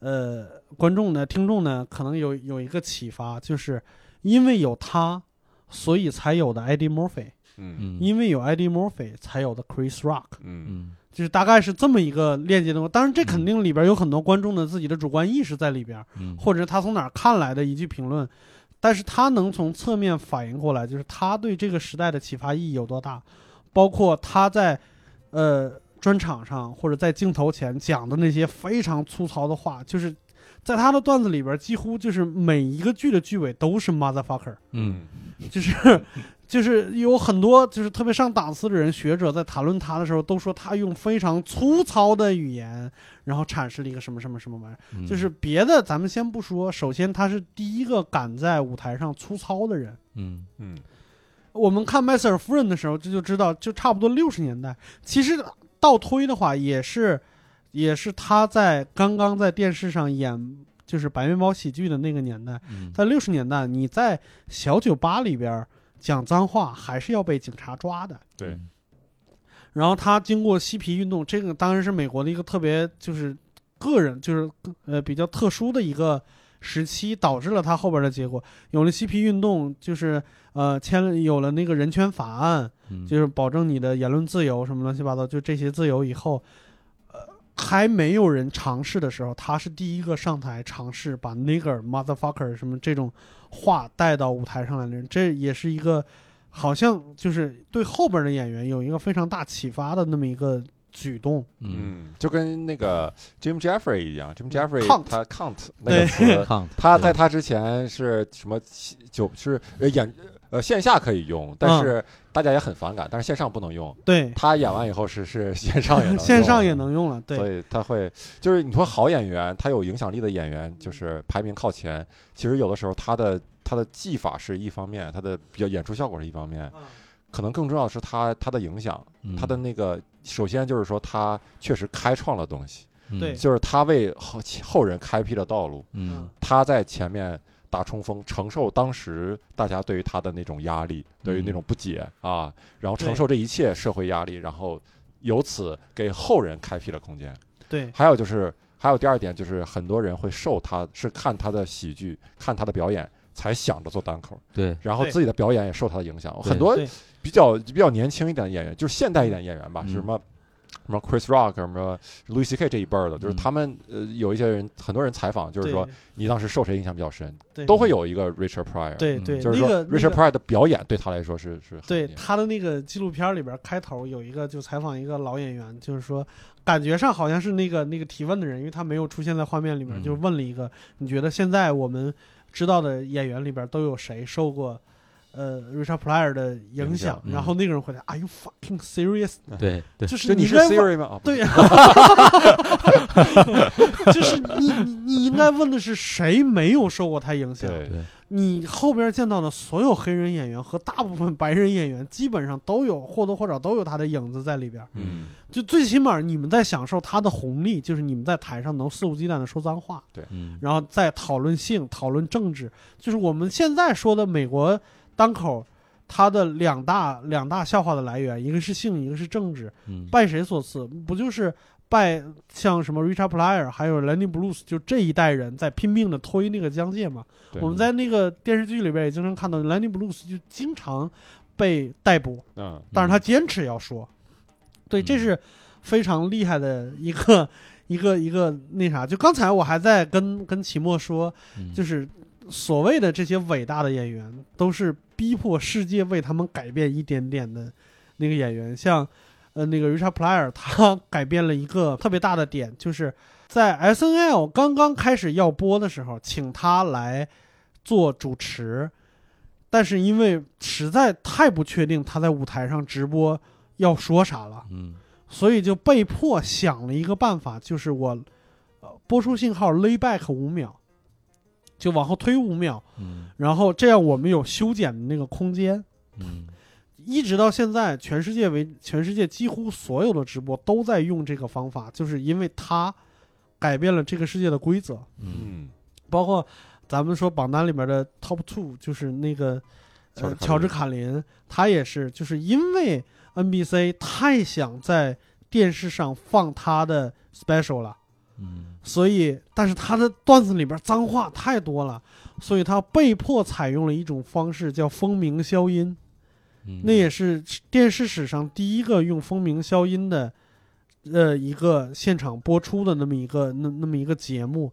呃观众呢、听众呢，可能有有一个启发，就是因为有他，所以才有的 ID Murphy，嗯嗯因为有 ID Murphy 才有的 Chris Rock，嗯嗯就是大概是这么一个链接的。当然，这肯定里边有很多观众的自己的主观意识在里边，嗯，或者他从哪儿看来的一句评论，但是他能从侧面反映过来，就是他对这个时代的启发意义有多大，包括他在呃专场上或者在镜头前讲的那些非常粗糙的话，就是在他的段子里边，几乎就是每一个剧的句尾都是 motherfucker，嗯，就是就是有很多就是特别上档次的人学者在谈论他的时候，都说他用非常粗糙的语言，然后阐释了一个什么什么什么玩意儿。嗯就是别的咱们先不说，首先他是第一个敢在舞台上粗糙的人。嗯嗯我们看麦瑟尔夫人的时候，这就知道，就差不多六十年代。其实倒推的话，也是，也是他在刚刚在电视上演就是白面包喜剧的那个年代，嗯在六十年代，你在小酒吧里边儿讲脏话，还是要被警察抓的。对然后他经过嬉皮运动，这个当然是美国的一个特别就是个人就是呃比较特殊的一个时期，导致了他后边的结果。有了嬉皮运动，就是呃签了有了那个人权法案，嗯就是保证你的言论自由什么乱七八糟，就这些自由以后，呃还没有人尝试的时候，他是第一个上台尝试把 nigger motherfucker 什么这种话带到舞台上来的人，这也是一个好像就是对后边的演员有一个非常大启发的那么一个举动。嗯嗯，就跟那个 Jim Jeffrey 一样，Jim Count Jeffrey 他 count 那个 嗯词， ，count，他对在他之前是什么就是呃演呃线下可以用，但是大家也很反感，但是线上不能用。对，他演完以后是是线上 也能用线上也能用了。所对，以他会就是你说好演员，他有影响力的演员，就是排名靠前。其实有的时候他的他的技法是一方面，他的比较演出效果是一方面，可能更重要的是他他的影响，嗯他的那个首先就是说他确实开创了东西，嗯对就是他为后后人开辟了道路，嗯他在前面。打冲锋，承受当时大家对于他的那种压力，对于那种不解啊，然后承受这一切社会压力，然后由此给后人开辟了空间。对，还有就是，还有第二点就是，很多人会受他是看他的喜剧，看他的表演。才想着做单口，对然后对自己的表演也受他的影响。对很多对比较比较年轻一点的演员，就是现代一点的演员吧，嗯是什么什么 Chris Rock、什么 Louis C.K. 这一辈儿的，就是嗯他们呃有一些人，很多人采访，就是说你当时受谁影响比较深，对都会有一个 Richard Pryor，，对嗯对，就是那说个那 Richard 个 Pryor 的表演对他来说是是很对厉害他的那个纪录片里边开头有一个就采访一个老演员，就是说感觉上好像是那个那个提问的人，因为他没有出现在画面里面，嗯就问了一个你觉得现在我们知道的演员里边都有谁受过呃 Richard Pryor 的影影响响？然嗯后那个人回答：Are you fucking serious？对对，就是就你你是应该问 Siri 吗？啊，不 对呀、就是你你你应该问的是谁没有受过他影响？对对你后边见到的所有黑人演员和大部分白人演员，基本上都有或多或少都有他的影子在里边。嗯就最起码你们在享受他的红利，就是你们在台上能肆无忌惮的说脏话，嗯然后再讨论性、讨论政治。就是我们现在说的美国单口，它的两大两大笑话的来源，一个是性，一个是政治。嗯拜谁所赐？不就是拜像什么 Richard Pryor 还有 Lenny Bruce 就这一代人在拼命的推那个疆界嘛？对我们在那个电视剧里边也经常看到 Lenny Bruce 就经常被逮捕，嗯但是他坚持要说。对，这嗯是非常厉害的一个一个一个那啥。就刚才我还在跟跟齐墨说，嗯就是所谓的这些伟大的演员，都是逼迫世界为他们改变一点点的那个演员，像呃那个 Richard Pryor，他改变了一个特别大的点，就是在 S N L 刚刚开始要播的时候，请他来做主持，但是因为实在太不确定他在舞台上直播要说啥了。嗯所以就被迫想了一个办法，就是我，呃，播出信号 lay back 五秒，就往后推五秒，嗯然后这样我们有修剪的那个空间。嗯一直到现在，全世界为全世界几乎所有的直播都在用这个方法，就是因为它改变了这个世界的规则，嗯嗯，包括咱们说榜单里面的 top two，就是那个呃乔乔治治卡林，他也是，就是因为 NBC 太想在电视上放他的 special 了，嗯所以，但是他的段子里边脏话太多了，所以他被迫采用了一种方式叫风鸣消音，嗯，那也是电视史上第一个用风鸣消音的，呃，一个现场播出的那么一个那那么一个节目，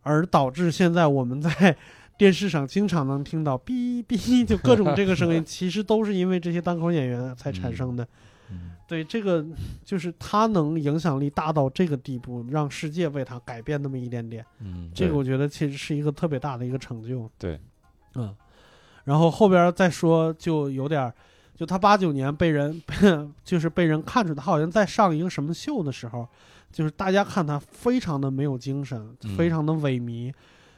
而导致现在我们在电视上经常能听到哔哔就各种这个声音，其实都是因为这些单口演员才产生的。嗯对，这个就是他能影响力大到这个地步，让世界为他改变那么一点点，嗯这个对我觉得其实是一个特别大的一个成就。对，嗯，然后后边再说就有点儿，就他八九年被人 就是被人看出他好像在上一个什么秀的时候，就是大家看他非常的没有精神，嗯非常的萎靡。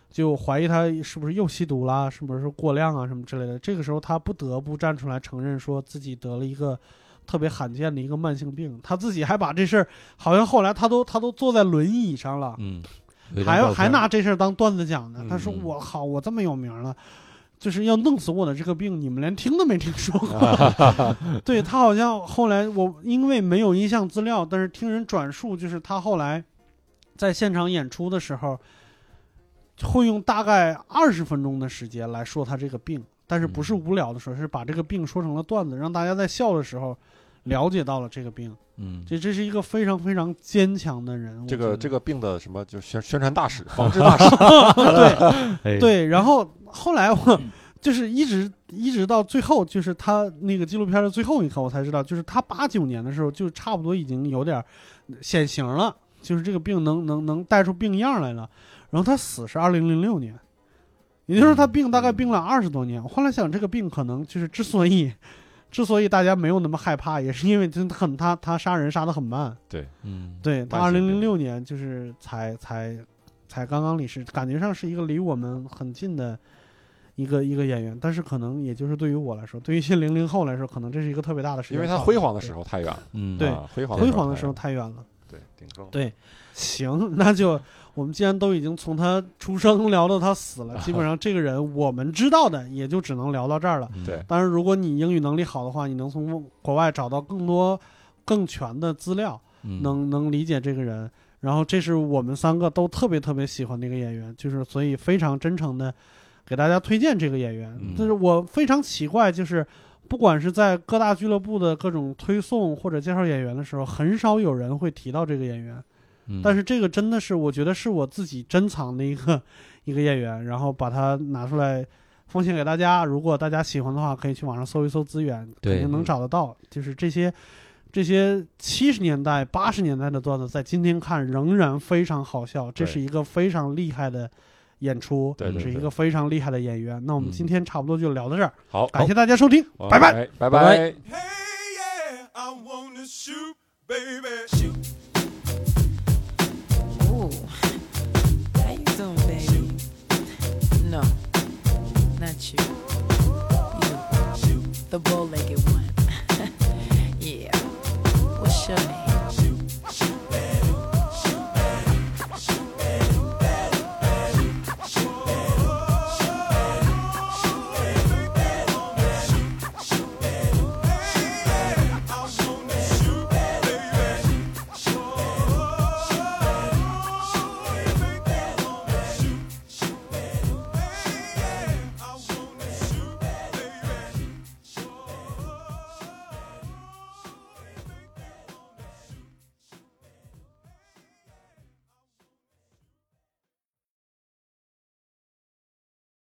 就怀疑他是不是又吸毒啦，是不是过量啊什么之类的。这个时候他不得不站出来承认，说自己得了一个特别罕见的一个慢性病。他自己还把这事儿，好像后来他都他都坐在轮椅上了，嗯，有一张还照还片拿这事儿当段子讲呢。嗯他说：“嗯我靠，我这么有名了，就是要弄死我的这个病，你们连听都没听说过。 对他好像后来我因为没有音像资料，但是听人转述，就是他后来在现场演出的时候，会用大概二十分钟的时间来说他这个病，但是不是嗯无聊的时候，是把这个病说成了段子，让大家在笑的时候了解到了这个病。嗯这这是一个非常非常坚强的人。我这觉个得这个病的什么就宣宣传 大使、防治大使，对。哎对，然后后来我就是一直一直到最后，就是他那个纪录片的最后一刻，我才知道，就是他八九年的时候，就差不多已经有点儿显形了，就是这个病能能能带出病样来了。然后他死是二零零六年，也就是说他病大概病了二十多年。我后来想，这个病可能就是之所以之所以大家没有那么害怕，也是因为真的很他他杀人杀的很慢，嗯对他二慢零性零病六年就是才才才刚刚离世，感觉上是一个离我们很近的一个一个演员，但是可能也就是对于我来说，对于一些零零后来说，可能这是一个特别大的事。因为他辉煌的时候太远了，嗯对啊辉煌辉煌的时候太太远了。远了，对顶峰，对，行， 那就我们既然都已经从他出生聊到他死了，基本上这个人我们知道的也就只能聊到这儿了。嗯对当然，如果你英语能力好的话，你能从国外找到更多更全的资料。嗯能能理解这个人。然后这是我们三个都特别特别喜欢的一个演员，就是所以非常真诚的给大家推荐这个演员。嗯但是我非常奇怪，就是不管是在各大俱乐部的各种推送或者介绍演员的时候，很少有人会提到这个演员。嗯但是这个真的是我觉得是我自己珍藏的一个 一个演员，然后把它拿出来奉献给大家。如果大家喜欢的话，可以去网上搜一搜资源，对肯定能找得到。就是这些这些七十年代、八十年代的段子，在今天看仍然非常好笑，这对是一个非常厉害的。演出对对是一对个非常厉害的演员。那我们嗯今天差不多就聊到这儿，好，感谢大家收听，好，拜拜。哎拜拜拜拜。 Hey, yeah, I wanna shoot, baby. Shoot, Ooh. How you doing, baby? No, not you. You. The bullet.